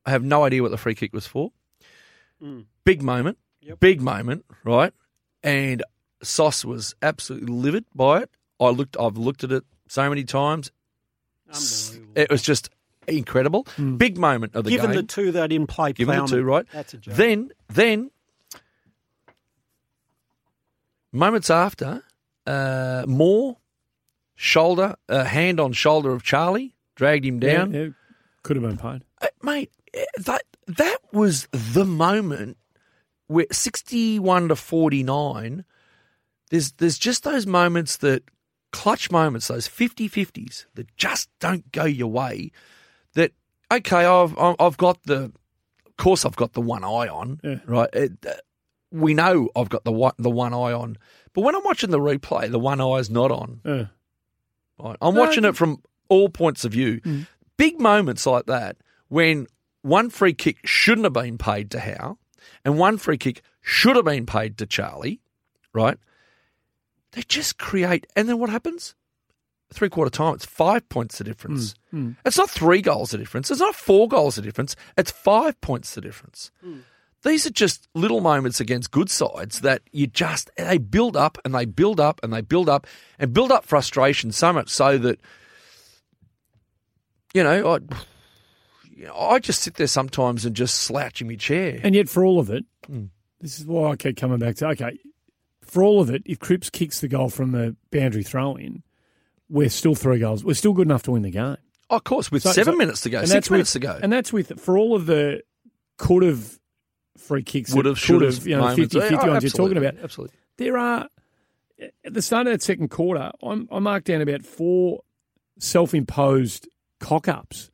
C: I have no idea what the free kick was for. Big moment. Big moment, right? And Sauce was absolutely livid by it. I looked, I've looked at it so many times.
B: Unbelievable. Hmm.
C: It was just incredible. Big moment of the
B: Given
C: game.
B: the two that in play,
C: Given the
B: Plowman,
C: two, right?
B: That's a joke.
C: Then, then, moments after, uh, Moore, shoulder, uh, hand on shoulder of Charlie, dragged him down.
A: Yeah, yeah. Could have been paid.
C: Uh, Mate, eh, that that was the moment where sixty-one to forty-nine. There's there's just those moments that clutch moments, those 50-50s that just don't go your way. That okay, I've I've I've got the, of course I've got the one eye on,
A: Yeah.
C: right? It, uh, we know I've got the one, the one eye on, but when I'm watching the replay, the one eye's not on.
A: Yeah.
C: Right? I'm
A: No,
C: watching
A: I- Mm.
C: it from all points of view. Big moments like that when one free kick shouldn't have been paid to Howe and one free kick should have been paid to Charlie, right? They just create. And then what happens? Three quarter time, it's five points the
A: Mm.
C: difference. It's not three goals the difference. It's not four goals the difference. It's five points the difference. These are just little moments against good sides that you just they build up and they build up and they build up and build up frustration so much so that you know I you know, I just sit there sometimes and just slouch in my chair.
A: And yet, for all of it, this is why I keep coming back to okay, for all of it, if Cripps kicks the goal from the boundary throw in, we're still three goals. We're still good enough to win the game.
C: Oh, of course, with
A: So-
C: seven
A: so-
C: minutes to go,
A: and
C: six
A: that's with-
C: minutes to go,
A: And that's with, for all of the could have free kicks, that
C: would have, should have, Oh,
A: you know, 50 50 ones you're talking about.
C: Absolutely.
A: There are, at the start of that second quarter, I'm, I marked down about four self imposed cock ups.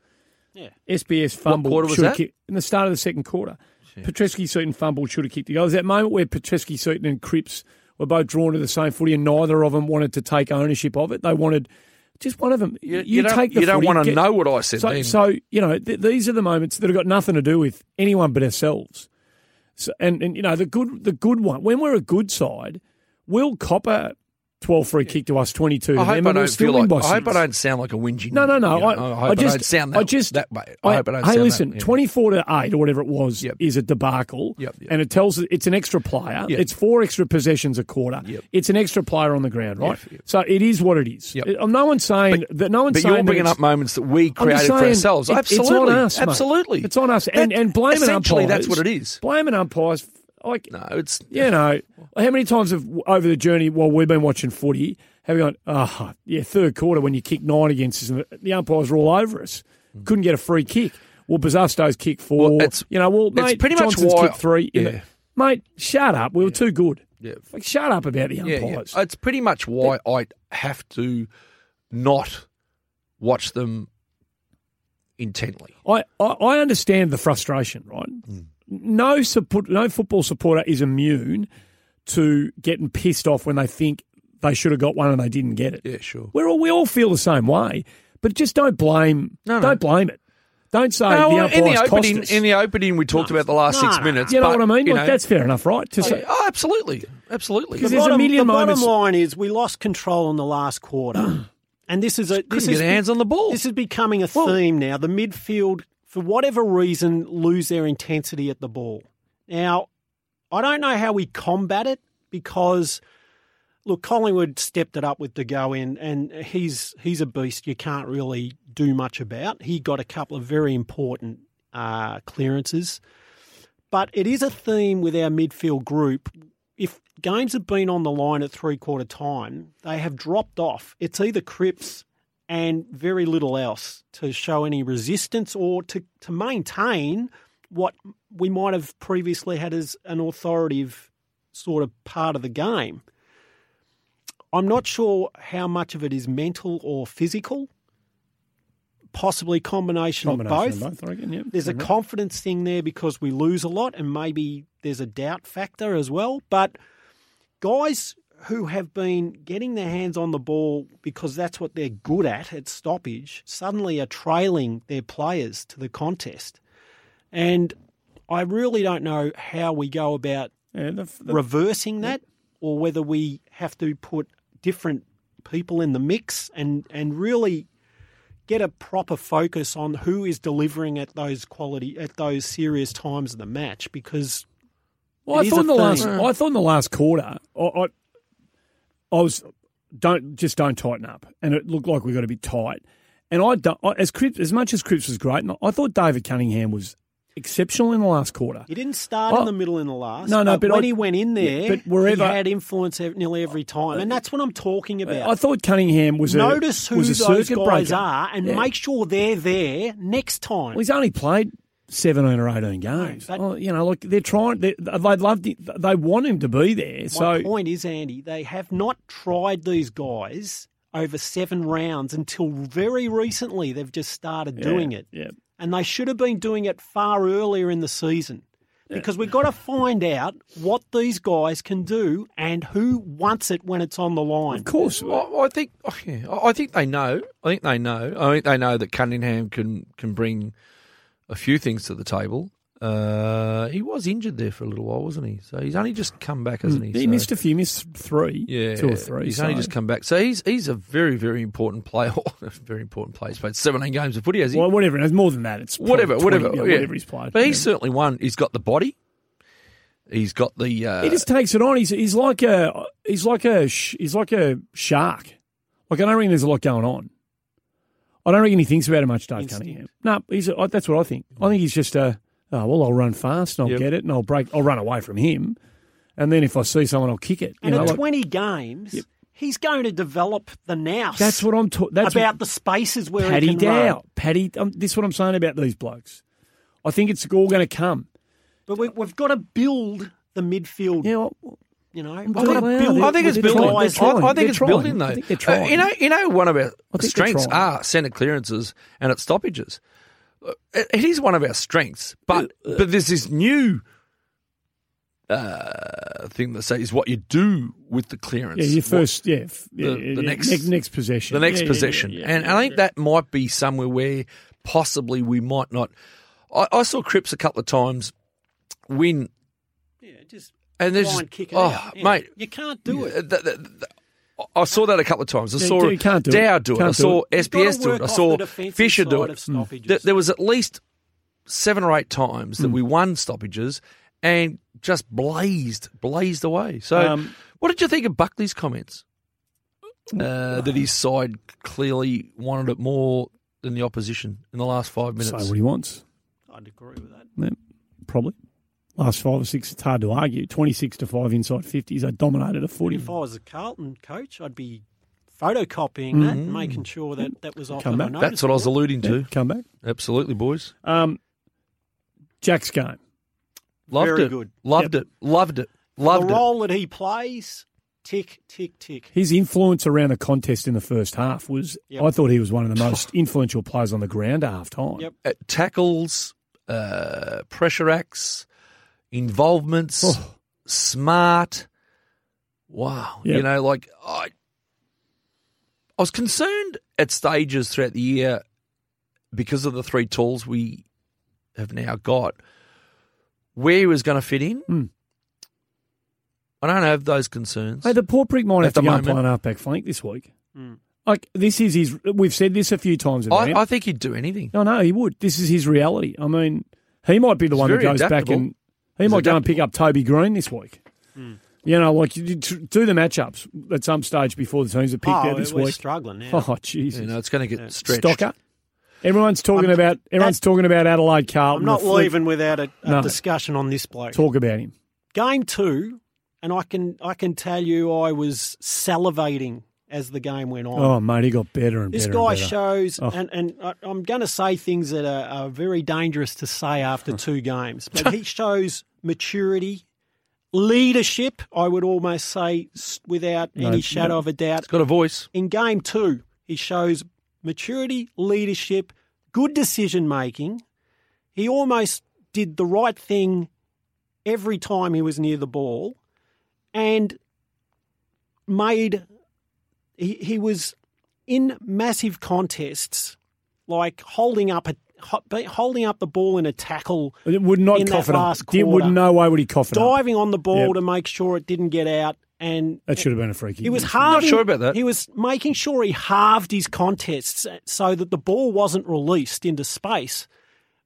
B: Yeah.
A: SBS fumble.
C: quarter was
A: should have
C: that?
A: kicked- in the start of the second quarter. Petreski, Seaton fumble should have kicked the goal. There's that moment where Petreski, Seaton and Cripps were both drawn to the same footy and neither of them wanted to take ownership of it. They wanted just one of them. You,
C: don't,
A: take the
C: You don't
A: footy,
C: want to
A: get-
C: know what I said
A: So,
C: then.
A: so you know, th- these are the moments that have got nothing to do with anyone but ourselves. So, and, and you know, the good the good one when we're a good side, we'll cop a twelve free kick to us, twenty two.
C: I hope
A: them,
C: I
A: and we'll
C: don't
A: still
C: feel
A: win
C: like.
A: by
C: I hope I
A: six.
C: don't sound like a whinging.
A: No, no, no.
C: you know,
A: I,
C: hope
A: I just
C: don't sound that,
A: I just
C: that way. I, hope I don't
A: hey,
C: sound
A: listen,
C: that, yeah.
A: twenty-four to eight or whatever it was
C: Yep.
A: is a debacle,
C: Yep, yep.
A: and it tells it's an extra player.
C: Yep.
A: It's four extra possessions a quarter.
C: Yep.
A: It's an extra player on the ground, right?
C: Yep, yep.
A: So it is what it is.
C: Yep.
A: It- no one's saying that. No one's
C: But
A: saying
C: you're
A: that
C: bringing
A: it's-
C: up moments that
A: I'm
C: we
A: just
C: created for
A: saying,
C: ourselves.
A: it-
C: absolutely,
A: it's on us. mate.
C: absolutely.
A: It's on us, and
C: That-
A: and blaming
C: essentially,
A: umpires.
C: that's what it is.
A: Blaming umpires, like
C: No, it's
A: you know, how many times have over the journey while we've been watching footy have we gone, oh, yeah, third quarter when you kick nine against us and the umpires were all over us. Couldn't get a free kick. Well, Bazasto's kick four.
C: Well, it's-
A: you know, well,
C: it's
A: mate,
C: pretty much
A: Johnson's
C: why-
A: kick three. You know,
C: yeah.
A: mate, shut up. We were too good.
C: Yeah.
A: Like, shut up about the
C: yeah, yeah.
A: umpires.
C: It's pretty much why I have to not watch them intently.
A: I, I, I understand the frustration, right?
C: Hmm.
A: No support, no football supporter is immune to getting pissed off when they think they should have got one and they didn't get it.
C: Yeah, sure.
A: We're all, we all feel the same way, but just don't blame.
C: No, no.
A: Don't blame it. Don't say
C: No,
A: the
C: well,
A: umpires
C: in the
A: cost
C: opening,
A: us.
C: in the opening, we talked about the last
B: no,
C: six
B: no.
C: minutes.
A: you know
C: but,
A: what I mean?
C: you
A: Look,
C: know,
A: that's fair enough, right? To say,
C: oh, absolutely, absolutely.
A: Because
C: But
A: there's a
B: bottom-
A: million
B: the
A: moments-
B: bottom line is we lost control in the last quarter, and this is a this
C: Couldn't
B: is
C: get hands on the ball.
B: this is becoming a theme now. The midfield, for whatever reason, lose their intensity at the ball. Now, I don't know how we combat it because. Look, Collingwood stepped it up with De Go in, and he's he's a beast. You can't really do much about. He got a couple of very important uh, clearances, but it is a theme with our midfield group. If games have been on the line at three quarter time, they have dropped off. It's either Cripps and very little else to show any resistance or to, to maintain what we might have previously had as an authoritative sort of part of the game. I'm not sure how much of it is mental or physical, possibly combination,
A: combination of both, I reckon, yeah.
B: there's a confidence thing there because we lose a lot and maybe there's a doubt factor as well. But guys who have been getting their hands on the ball because that's what they're good at at stoppage suddenly are trailing their players to the contest. And I really don't know how we go about
A: Yeah, the, the,
B: reversing that or whether we have to put different people in the mix and, and really get a proper focus on who is delivering at those quality at those serious times of the match because
A: Well, I
B: It is
A: thought
B: a
A: in the last.
B: thing.
A: I thought in the last quarter, I, I, I was don't just don't tighten up, and it looked like we got a bit tight. And I, don't- I as Cripps, as much as Cripps was great, and I thought David Cunningham was exceptional in the last quarter.
B: He didn't start
A: Oh.
B: in the middle in the last.
A: No, no, but
B: when
A: I-
B: he went in there,
A: but wherever-
B: he had influence ev- nearly every time, and that's what I'm talking about.
A: I thought Cunningham was
B: Notice
A: a,
B: who
A: was a
B: those guys
A: circuit breaker.
B: are, and
A: Yeah.
B: make sure they're there next time.
A: Well, he's only played seventeen or eighteen games.
B: that-
A: oh, you know, like they're trying. They, they loved. Him, they want him to be there.
B: My
A: So
B: point is, Andy, they have not tried these guys over seven rounds until very recently. They've just started
A: Yeah,
B: doing it.
A: Yeah.
B: And they should have been doing it far earlier in the season because we've got to find out what these guys can do and who wants it when it's on the line.
A: Of course.
C: I, I think oh, yeah, I I think they know. I think they know. I think they know that Cunningham can can bring a few things to the table. Uh, he was injured there for a little while, wasn't he? So he's only just come back, hasn't he?
A: He
C: So-
A: missed a few, missed three,
C: yeah,
A: two or three.
C: He's only
A: so-
C: just come back, so he's he's a very very important player. very important player. He's played seventeen games of footy, has he?
A: Well, whatever. It's more than that. It's probably
C: whatever,
A: 20,
C: whatever,
A: yeah,
C: yeah.
A: whatever he's played.
C: But he's
A: yeah.
C: certainly one. He's got the body. He's got the. Uh,
A: he just takes it on. He's he's like a he's like a sh- he's like a shark. Like I don't reckon there's a lot going on. I don't reckon he thinks about it much, Dave
B: Instinct.
A: Cunningham. No, he's a, that's what I think. I think he's just a oh well, I'll run fast and I'll
C: Yep.
A: get it and I'll break. I'll run away from him, and then if I see someone, I'll kick it. You
B: And
A: know,
B: at
A: like-
B: 20 games, he's going to develop the nous
A: that's what I'm talking. That's what-
B: about the spaces where
A: Paddy
B: he can run.
A: Dow. Paddy, um, this is what I'm saying about these blokes. I think it's all going to come.
B: But we, we've got to build the midfield,
A: Yeah, well,
B: you know.
A: I'm
B: We've
A: doing
B: got
A: well.
B: to build
C: I think
A: Well,
C: it's
A: they're
C: building.
A: trying,
C: I,
A: they're trying,
C: I think
A: they're
C: it's
A: trying.
C: building though.
A: I think they're
C: Uh, you
A: trying.
C: know, you know, one of our
A: they're
C: strengths
A: trying.
C: are centre clearances and at stoppages. Uh, It, it is one of our strengths, but
A: Uh,
C: but there's this new uh, thing that says what you do with the clearance.
A: yeah, your
C: What-
A: first, yeah, f- yeah,
C: the
A: yeah,
C: next-
A: next, next possession,
C: the next
A: Yeah, yeah, yeah,
C: possession.
A: yeah,
C: and
A: yeah,
C: I think
A: yeah.
C: that might be somewhere where possibly we might not. I, I saw Cripps a couple of times win,
B: Yeah, just
C: and there's
B: try
C: just
B: and kick it
C: oh,
B: out. Yeah.
C: mate, mm,
B: You can't do it.
C: th- th- th- th- I saw that a couple of times. I
A: Yeah,
C: saw
A: you can't do it.
C: Dow do it. I
A: Can't do
C: saw
A: it.
B: You've gotta
C: SPS do
B: work
C: it. I
B: off
C: saw
B: the defensive
C: Fisher do
B: side
C: it. Mm,
B: of stoppages.
C: Th- There was at least seven or eight times
A: Hmm.
C: that we won stoppages and just blazed, blazed away. So,
A: Um,
C: what did you think of Buckley's comments? Uh, that his side clearly wanted it more than the opposition in the last five
A: say
C: minutes.
A: what he wants.
B: I'd agree with that.
A: Yeah, probably last five or six. It's hard to argue. Twenty six to five inside fifties. They dominated a forty.
B: If I was a Carlton coach, I'd be photocopying that and making sure that that was off
A: Come
B: of my
A: back.
C: Mm. That's what I was
B: notice
C: alluding
A: Yeah,
C: to.
A: come back.
C: Absolutely, boys.
A: Um, Jack's game.
C: Loved
B: Very
C: it.
B: good.
C: Loved it. Loved it.
B: board.
C: Loved
B: The
C: it.
B: role that he plays, tick, tick, tick.
A: His influence around the contest in the first half was.
B: Yep.
A: I thought he was one of the most influential players on the ground at half time.
B: Yep.
C: at uh, tackles, uh, pressure acts, involvements,
A: Oh.
C: smart. Wow, you
A: Yep.
C: know, like I, I was concerned at stages throughout the year because of the three tools we have now got, where he was going to fit in.
A: Hmm.
C: I don't have those concerns.
A: Hey, the poor prick might
C: At
A: have to
C: the
A: go and play
C: moment.
A: an halfback flank this week. Like this is his. We've said this a few times. about
C: I,
A: him.
C: I think he'd do anything.
A: No, no, he would. This is his reality. I mean, he might be the one that
C: very
A: goes back
C: adaptable.
A: and he
C: He's
A: might go and pick up Toby Green this week.
B: Hmm.
A: You know, like you t- do the matchups at some stage before the teams are picked
B: oh,
A: out this
B: we're
A: week.
B: struggling now.
A: Oh, Jesus,
C: You know, it's going to get stretched.
A: Stocker. Everyone's talking about everyone's talking about Adelaide Carlton.
B: I'm not
A: The flick-
B: leaving without a, a
A: No.
B: discussion on this bloke.
A: Talk about him.
B: Game two, and I can I can tell you I was salivating as the game went on.
A: Oh, mate, he got better and
B: This
A: better.
B: guy
A: and better.
B: shows,
A: Oh.
B: and, and I, I'm going to say things that are, are very dangerous to say after two games, but he shows maturity, leadership, I would almost say s- without
A: No,
B: any
A: no.
B: shadow of a doubt.
C: It's got a voice.
B: In game two, he shows maturity, leadership, good decision making. He almost did the right thing every time he was near the ball and made he, he was in massive contests like holding up a ho- be- holding up the ball in a tackle
A: It would not
B: in that
A: cough it up.
B: last
A: It would
B: quarter.
A: no way would he cough it up.
B: diving on the ball
A: Yep.
B: to make sure it didn't get out and
A: That should have been a free kick.
B: he was
C: Not
B: halving.
C: sure about that.
B: He was making sure he halved his contests so that the ball wasn't released into space,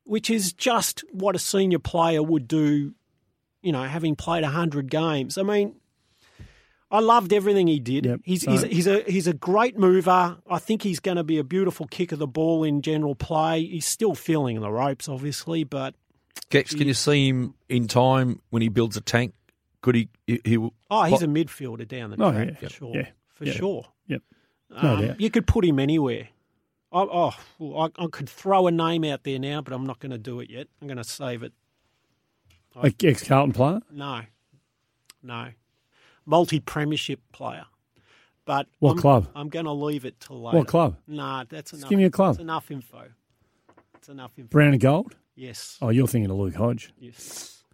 B: which is just what a senior player would do you know, having played 100 games. I mean, I loved everything he did.
A: Yep,
B: he's,
A: so-
B: he's, he's, a, he's a great mover. I think he's going to be a beautiful kick of the ball in general play. He's still feeling the ropes, obviously, but
C: Gex, can you see him in time when he builds a tank? Could he? He, he will-
B: oh, he's
C: But-
B: a midfielder down the
A: Oh,
B: track
A: yeah,
B: for
A: yep,
B: sure.
A: yeah,
B: for
A: yeah,
B: sure.
A: yep. No
B: Um,
A: doubt.
B: you could put him anywhere. I, oh, well, I, I could throw a name out there now, but I'm not going to do it yet. I'm going to save it.
A: A ex Carlton player?
B: No, no, multi premiership player. But
A: What
B: I'm,
A: club?
B: I'm going to leave it till later.
A: What club?
B: Nah, that's enough.
A: give me a club.
B: It's enough info. It's enough info.
A: Brown and gold?
B: Yes.
A: Oh, you're thinking of Luke Hodge.
B: Yes.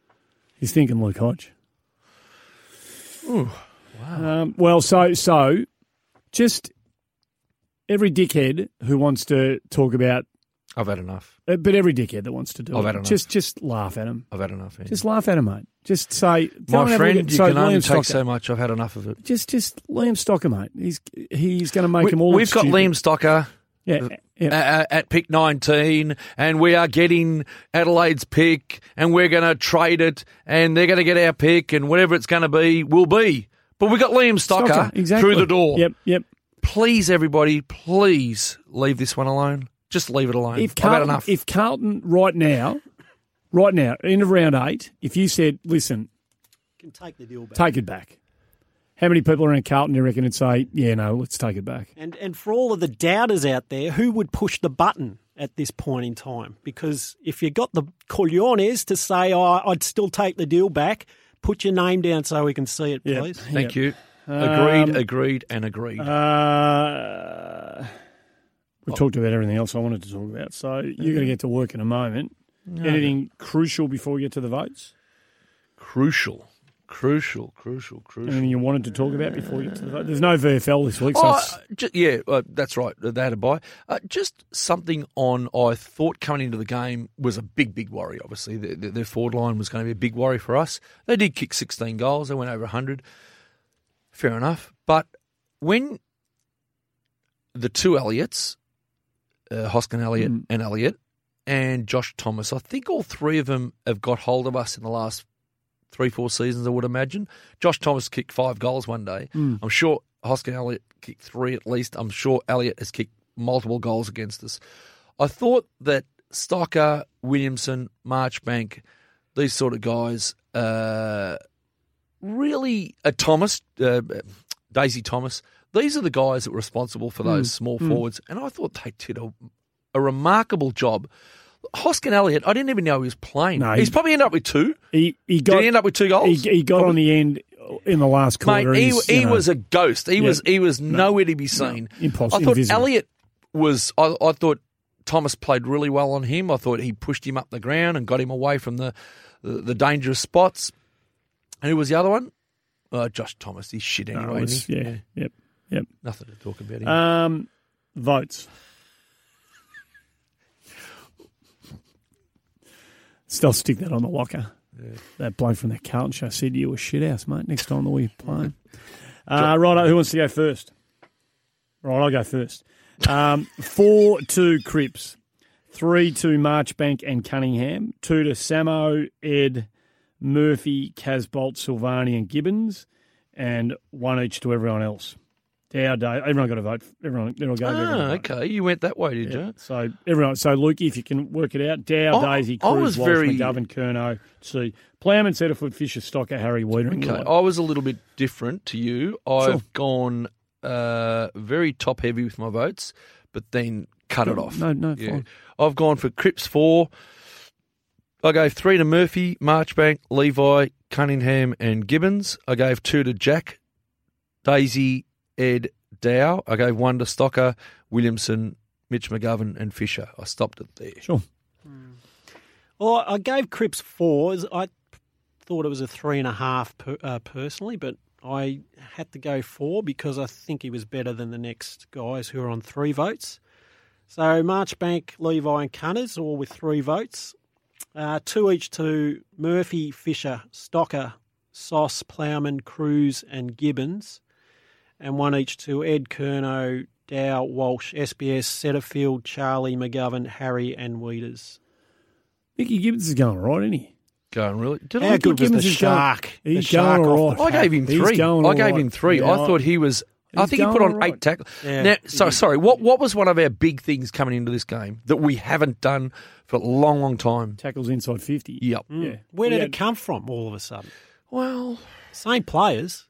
A: He's thinking Luke Hodge. wow. Um, well, so so, just every dickhead who wants to talk about,
C: I've had enough.
A: uh, but every dickhead that wants to do
C: I've
A: it,
C: had enough.
A: just just laugh at him.
C: I've had enough. Andy.
A: Just laugh at him, mate. Just say, tell him
C: My
A: have a
C: friend,
A: good-
C: you
A: so
C: can only
A: Liam
C: take
A: Stocker-
C: so much. I've had enough of it.
A: Just just Liam Stocker, mate. He's he's going to make
C: We,
A: them all. look
C: have got
A: stupid.
C: Liam Stocker
A: Yeah, yeah.
C: at, at pick 19, and we are getting Adelaide's pick, and we're going to trade it, and they're going to get our pick, and whatever it's going to be, will be. But we got Liam Stocker, through the door.
A: Yep, yep.
C: Please, everybody, please leave this one alone. Just leave it alone.
A: If
C: I've had
A: Carlton,
C: enough.
A: if Carlton right now, right now, end of round eight, if you said, listen,
B: Can take the deal back.
A: take it back, how many people around Carlton do you reckon would say, yeah, no, let's take it back?
B: And and for all of the doubters out there, who would push the button at this point in time? Because if you got the Corleones to say, oh, "I'd still take the deal back," put your name down so we can see it,
A: Yeah.
B: please.
C: Thank you.
A: Um,
C: Agreed, agreed, and agreed.
A: Uh, we
C: Oh.
A: talked about everything else I wanted to talk about, so you're going to get to work in a moment. Anything crucial before we get to the votes?
C: crucial, crucial, crucial, crucial.
A: Anything you wanted to talk about before you get to the vote? There's no VFL this week, so
C: Oh,
A: it's-
C: uh, ju- yeah, uh, that's right. They had a buy. Uh, just something on I thought coming into the game was a big, big worry. Obviously, their, their their forward line was going to be a big worry for us. They did kick 16 goals. They went over 100. Fair enough. But when the two Elliots, uh, Hoskin Elliott and Elliott, and Josh Thomas, I think all three of them have got hold of us in the last three, four seasons, I would imagine. Josh Thomas kicked five goals one day.
A: Mm.
C: I'm sure Hoskin Elliott kicked three at least. I'm sure Elliott has kicked multiple goals against us. I thought that Stocker, Williamson, Marchbank, these sort of guys, uh, really uh, Thomas, uh, Daisy Thomas. These are the guys that were responsible
A: Mm.
C: for those small forwards, and I thought they did a, a remarkable job. Hoskin Elliott, I didn't even know he was playing.
A: No, he-
C: He's probably ended up with two.
A: he, he
C: Did
A: got
C: he end up with two goals?
A: he, he got on the end in the last quarter.
C: Mate,
A: He's,
C: he,
A: you
C: he
A: know,
C: was a ghost. He
A: Yeah.
C: was he was nowhere to be seen.
A: Impossible.
C: I thought
A: Invisible.
C: Elliot was. I, I thought Thomas played really well on him. I thought he pushed him up the ground and got him away from the the, the dangerous spots. And who was the other one? Uh, Josh Thomas. He's shit
A: No, it
C: anyway.
A: was-
C: isn't he?
A: yeah, yep, yep.
C: Nothing to talk about. Him.
A: Um, votes. Still stick that on the locker. That bloke from the Carlton show said you were shithouse, mate. Next time that we play. Uh, right, who wants to go first? Right, I'll go first. Um, four to Cripps, three to Marchbank and Cunningham, two to Samo, Ed, Murphy, Casbolt, Silvani, and Gibbons, and one each to everyone else. Dow Day. Everyone got a vote. Everyone, everyone gave everyone a
C: ah,
A: vote.
C: okay. You went that way, did
A: Yeah.
C: you?
A: So everyone, so Lukey, if you can work it out, Dow,
C: I-
A: Daisy,
C: I
A: Cruz,
C: was
A: Walsh,
C: very-
A: McGovern, Kerno, C. Plowman, Setterfoot, Fisher, Stocker, Harry, Weeder, and
C: Okay,
A: Gillard.
C: I was a little bit different to you. I've
A: Sure.
C: gone uh, very top heavy with my votes, but then cut it
A: No,
C: off.
A: no, no, fine.
C: I've gone for Cripps four. I gave three to Murphy, Marchbank, Levi, Cunningham, and Gibbons. I gave two to Jack, Daisy, Ed, Dow. I gave one to Stocker, Williamson, Mitch McGovern, and Fisher. I stopped it there.
A: Sure.
B: Well, I gave Cripps fours. I thought it was a three and a half per, uh, personally, but I had to go four because I think he was better than the next guys who are on three votes. So Marchbank, Levi, and Cunners all with three votes. Uh, two each to Murphy, Fisher, Stocker, Sauce, Plowman, Cruz, and Gibbons. And one each to Ed Kerno, Dow, Walsh, SBS, Setterfield, Charlie, McGovern, Harry, and Weeders.
A: Mickey Gibbons is going all right, isn't he?
C: going really. Did
B: How
C: I
B: good was the
A: Gibbons is going-
B: shark? The
A: he's
B: shark
A: going
B: off
A: all
B: the
A: right.
C: I gave him
A: He's
C: three.
A: going
C: I gave
A: all
C: him
A: right.
C: three.
A: Yeah.
C: I thought he was. I
A: He's
C: think he put
A: going
C: on
A: all right.
C: eight tackles.
B: Yeah.
C: Now, so sorry. What what was one of our big things coming into this game that we haven't done for a long, long time?
A: Tackles inside 50.
C: Yep.
A: Yeah.
B: Where
A: We
B: did
A: had-
B: it come from all of a sudden?
C: Well,
B: Same players.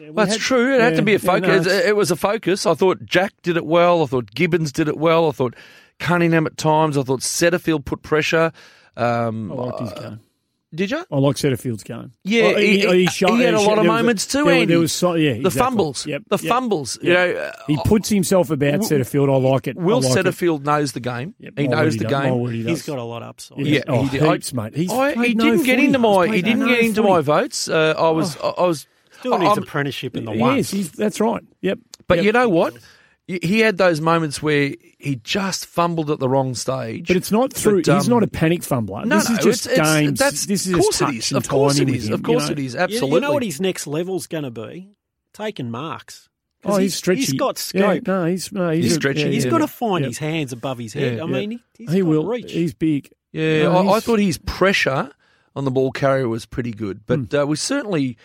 A: yeah, we
C: that's
A: had-
C: true. It had to
A: yeah,
C: be a
A: yeah, no,
C: focus.
A: it's-
C: it, it was a focus. I thought Jack did it well. I thought Gibbons did it well. I thought Cunningham at times. I thought Setterfield put pressure. Um,
A: I liked his
C: uh,
A: game.
C: did you?
A: I like Setterfield's game.
C: Yeah,
A: Well,
C: he, he- he had a
A: shot-
C: lot of
A: there was
C: moments too,
A: there, was-
C: Andy.
A: There was so, yeah,
C: the
A: exactly.
C: fumbles,
A: Yep,
C: the
A: yep.
C: fumbles.
A: Yep.
C: You know, uh,
A: He puts himself about
C: Will-
A: Setterfield. I like it.
C: Will
A: I like it.
C: Setterfield knows the game.
A: Yep,
C: He
A: I would
C: knows
A: he
C: the
A: does. I
C: game.
A: would he
B: He's
A: does.
B: got a lot of upside.
C: Yeah,
A: oh,
C: he did. I-
A: heaps, mate. He's
C: I, he
A: played no
C: didn't get
A: footy.
C: into
A: He's
C: my he
A: played
C: didn't
A: no Oh,
C: get into
A: footy.
C: my votes. Uh, I was I was
B: Doing his
C: I'm-
B: apprenticeship in the
A: um, He is.
B: ones.
A: He's, that's right. Yep.
C: but
A: Yep.
C: you know what? He- He had those moments where he just fumbled at the wrong stage.
A: But it's not through.
C: But,
A: he's
C: um,
A: not a panic fumbler.
C: no,
A: Uh, this
C: no,
A: is just
C: it's, it's-
A: games.
C: That's,
A: this is
C: of course
A: just touch
C: it is.
A: and
C: Of course it
A: timing with
C: is.
A: him,
C: Of
A: you
C: course
A: know?
C: it is.
B: You-
C: Absolutely.
B: You know what his next level's going to be? Taking marks. 'Cause
A: Oh, he's stretchy.
B: He's got
A: Yeah,
B: scope.
A: no, he's no, he's,
C: He's
A: a-
C: stretchy,
A: yeah,
C: He's
B: He's
A: yeah.
B: got to find
A: Yeah.
B: his hands above his
C: Yeah.
B: head. I
C: Yeah.
B: mean, he,
A: He will.
B: reach.
A: He's big.
C: Yeah,
A: No,
C: I, I
A: he's-
C: thought his pressure on the ball carrier was pretty good, but
A: Hmm.
C: uh, we certainly,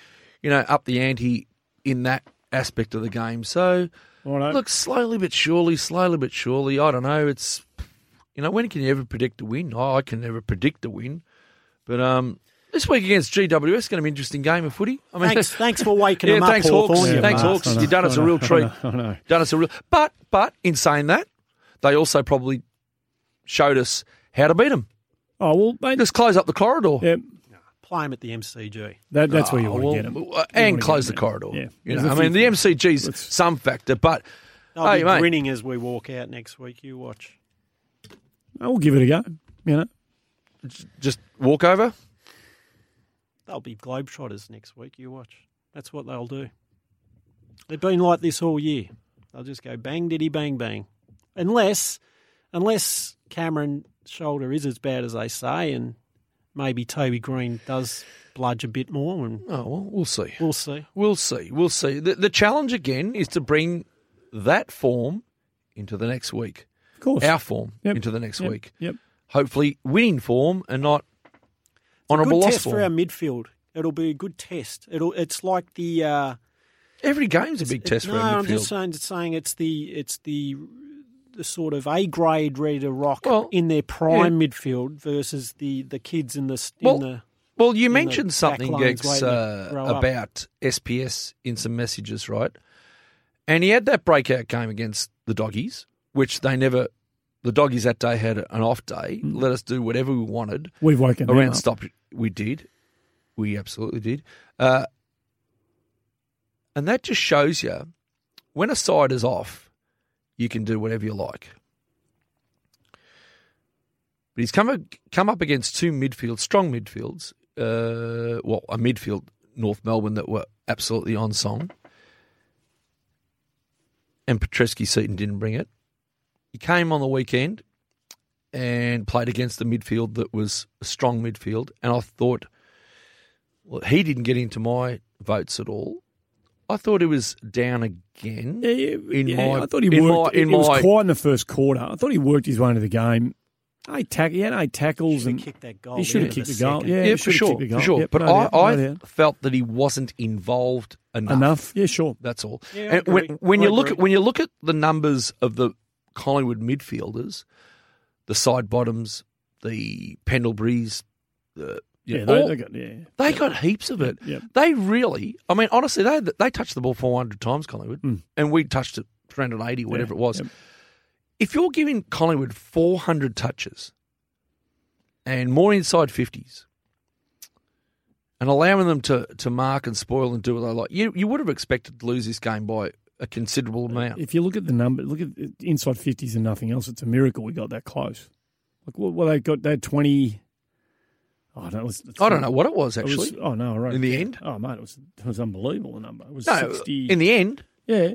C: you know, up the ante in that aspect of the game. So
A: All right.
C: look, slowly but surely, slowly but surely. I don't know. It's you know, when can you ever predict a win? Oh, I can never predict a win, but um. This week against GWS going to be an interesting game of footy. I mean,
B: Thanks, thanks for waking
C: yeah,
B: him up,
C: thanks,
B: Hawthorne,
C: Hawks.
B: you
C: thanks,
B: bastard.
C: Hawks. You've done us a real treat.
A: I know.
C: Done us a real. But but in saying that, they also probably showed us how to beat them.
A: Oh well, mate.
C: Just close up the corridor.
A: Yeah,
B: Play him at the MCG.
A: that, that's where you
C: Oh,
A: want to
C: well,
A: get him.
C: uh, And
A: get
C: close the
A: him, yeah.
C: corridor.
A: Yeah.
C: You
A: There's
C: know,
A: a
C: I
A: few
C: mean, the MCG's
A: Let's-
C: some factor, but
B: They'll
C: Hey,
B: be
C: mate.
B: grinning as we walk out next week. You watch.
A: I will give it a go. You know,
C: just walk over.
B: They'll be globetrotters next week. You watch. That's what they'll do. They've been like this all year. They'll just go bang diddy bang bang, unless unless Cameron's shoulder is as bad as they say, and maybe Toby Green does bludge a bit more, and
C: Oh, well, we'll see.
B: we'll see.
C: We'll see. We'll see. The, the challenge again is to bring that form into the next week,
A: of course.
C: our form
A: Yep.
C: into the next
A: Yep,
C: week.
A: Yep.
C: Hopefully, winning form and not honourable
B: Good
C: loss
B: test
C: form.
B: for our midfield. It'll be a good test. It'll. It's like the. Uh,
C: Every game's a big test
B: no,
C: for our
B: I'm
C: midfield.
B: just saying, just saying it's the it's the the sort of A grade ready to rock
C: Well,
B: in their prime midfield versus the the kids in the s- in
C: Well,
B: the
C: Well, you
B: the
C: mentioned
B: back
C: something,
B: lines
C: Gex,
B: waiting to
C: uh,
B: grow up.
C: about SPS in some messages, right? And he had that breakout game against the doggies, which they never. The doggies that day had an off day.
B: Mm.
C: Let us do whatever we wanted
A: We've woken them
C: around
A: up.
C: stop. We did, we absolutely did, uh, and that just shows you when a side is off, you can do whatever you like. But he's come come up against two midfield, strong midfields. Uh, well, a midfield North Melbourne that were absolutely on song, and Petreski Seaton didn't bring it. He came on the weekend and played against the midfield that was a strong midfield, and I thought, well, he didn't get into my votes at all. I thought he was down again.
A: Yeah, yeah,
C: In
A: yeah,
C: my-
A: I thought he
C: in my-
A: worked.
C: in
A: it was
C: my-
A: quiet in the first quarter. I thought he worked his way into the game. I tack, he had eight tackles
B: should
A: and
B: kick that goal.
A: he should have
B: into
A: kicked the goal.
B: second.
A: Yeah,
C: yeah,
A: he
C: for
A: should have
C: sure,
A: kicked the
C: for
A: goal.
C: sure.
A: Yep,
C: but
A: no
C: I,
A: doubt, no
C: I
A: doubt.
C: felt that he wasn't involved enough.
A: enough. Yeah, sure.
C: That's all.
B: Yeah, I
C: and when,
B: agree.
C: when
B: I
C: you look
B: agree.
C: at when you look at the numbers of the Collingwood midfielders, the side bottoms, the Pendleburys, the you
A: Yeah,
C: know,
A: they,
C: all-
A: they got, yeah.
C: they got heaps of it.
A: Yeah.
C: They really, I mean, honestly, they they touched the ball 400 times, Collingwood,
A: Mm.
C: and we touched it 380, whatever
A: Yeah,
C: it was.
A: yep.
C: If you're giving Collingwood 400 touches and more inside 50s and allowing them to, to mark and spoil and do what they like, you, you would have expected to lose this game by a considerable amount.
A: If you look at the number, look at uh, inside fifties and nothing else. It's a miracle we got that close. Like, well, well they got that twenty. Oh, no, it was,
C: I don't know what it was,
A: It was-
C: actually.
A: oh no, I wrote
C: In
A: it
C: the
A: down.
C: end?
A: Oh mate, it was it was unbelievable. The number it was
C: no,
A: sixty.
C: in the end,
A: yeah,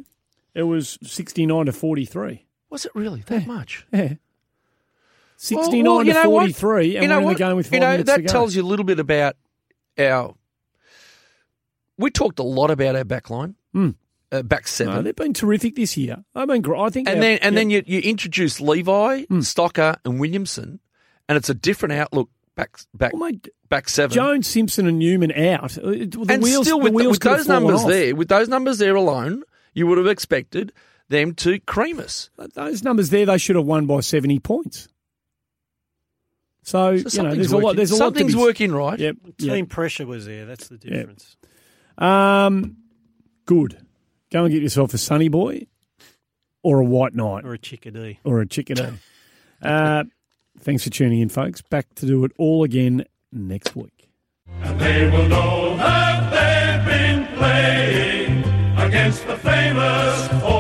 A: it was sixty nine to forty three.
C: was it really that much?
A: Yeah. 69
C: Well, well, you
A: to
C: know what?
A: 43, and we're in the game with five
C: you know,
A: minutes
C: that
A: to go.
C: tells you a little bit about our. We talked a lot about our back line,
A: Mm.
C: uh, back
A: no,
C: seven,
A: they've been terrific this year. I mean, gr- I think.
C: and
A: they're-
C: then and
A: yeah. Hmm.
C: then you, you introduce Levi, Stocker, and Williamson, and it's a different outlook back back
A: Well, mate,
C: back seven.
A: Jones, Simpson, and Newman out. Uh, it- The
C: and
A: wheels,
C: still
A: the
C: with, th-
A: wheels
C: with
A: could have
C: those
A: fallen
C: numbers
A: off.
C: there, with those numbers there alone, you would have expected them to cream us.
A: But those numbers there, they should have won by seventy points. So,
C: So
A: you know,
C: something's
A: there's
C: working.
A: a lot. There's a lot. To
C: something's
A: be,
C: working right.
A: Yep.
B: Team
A: yep.
B: pressure was there. That's the difference.
A: Um, good. Go and get yourself a sunny boy, or a white knight,
B: Or a chickadee.
A: or a chicken. uh, thanks for tuning in, folks. Back to do it all again next week.
D: They will know that they've been playing against the famous.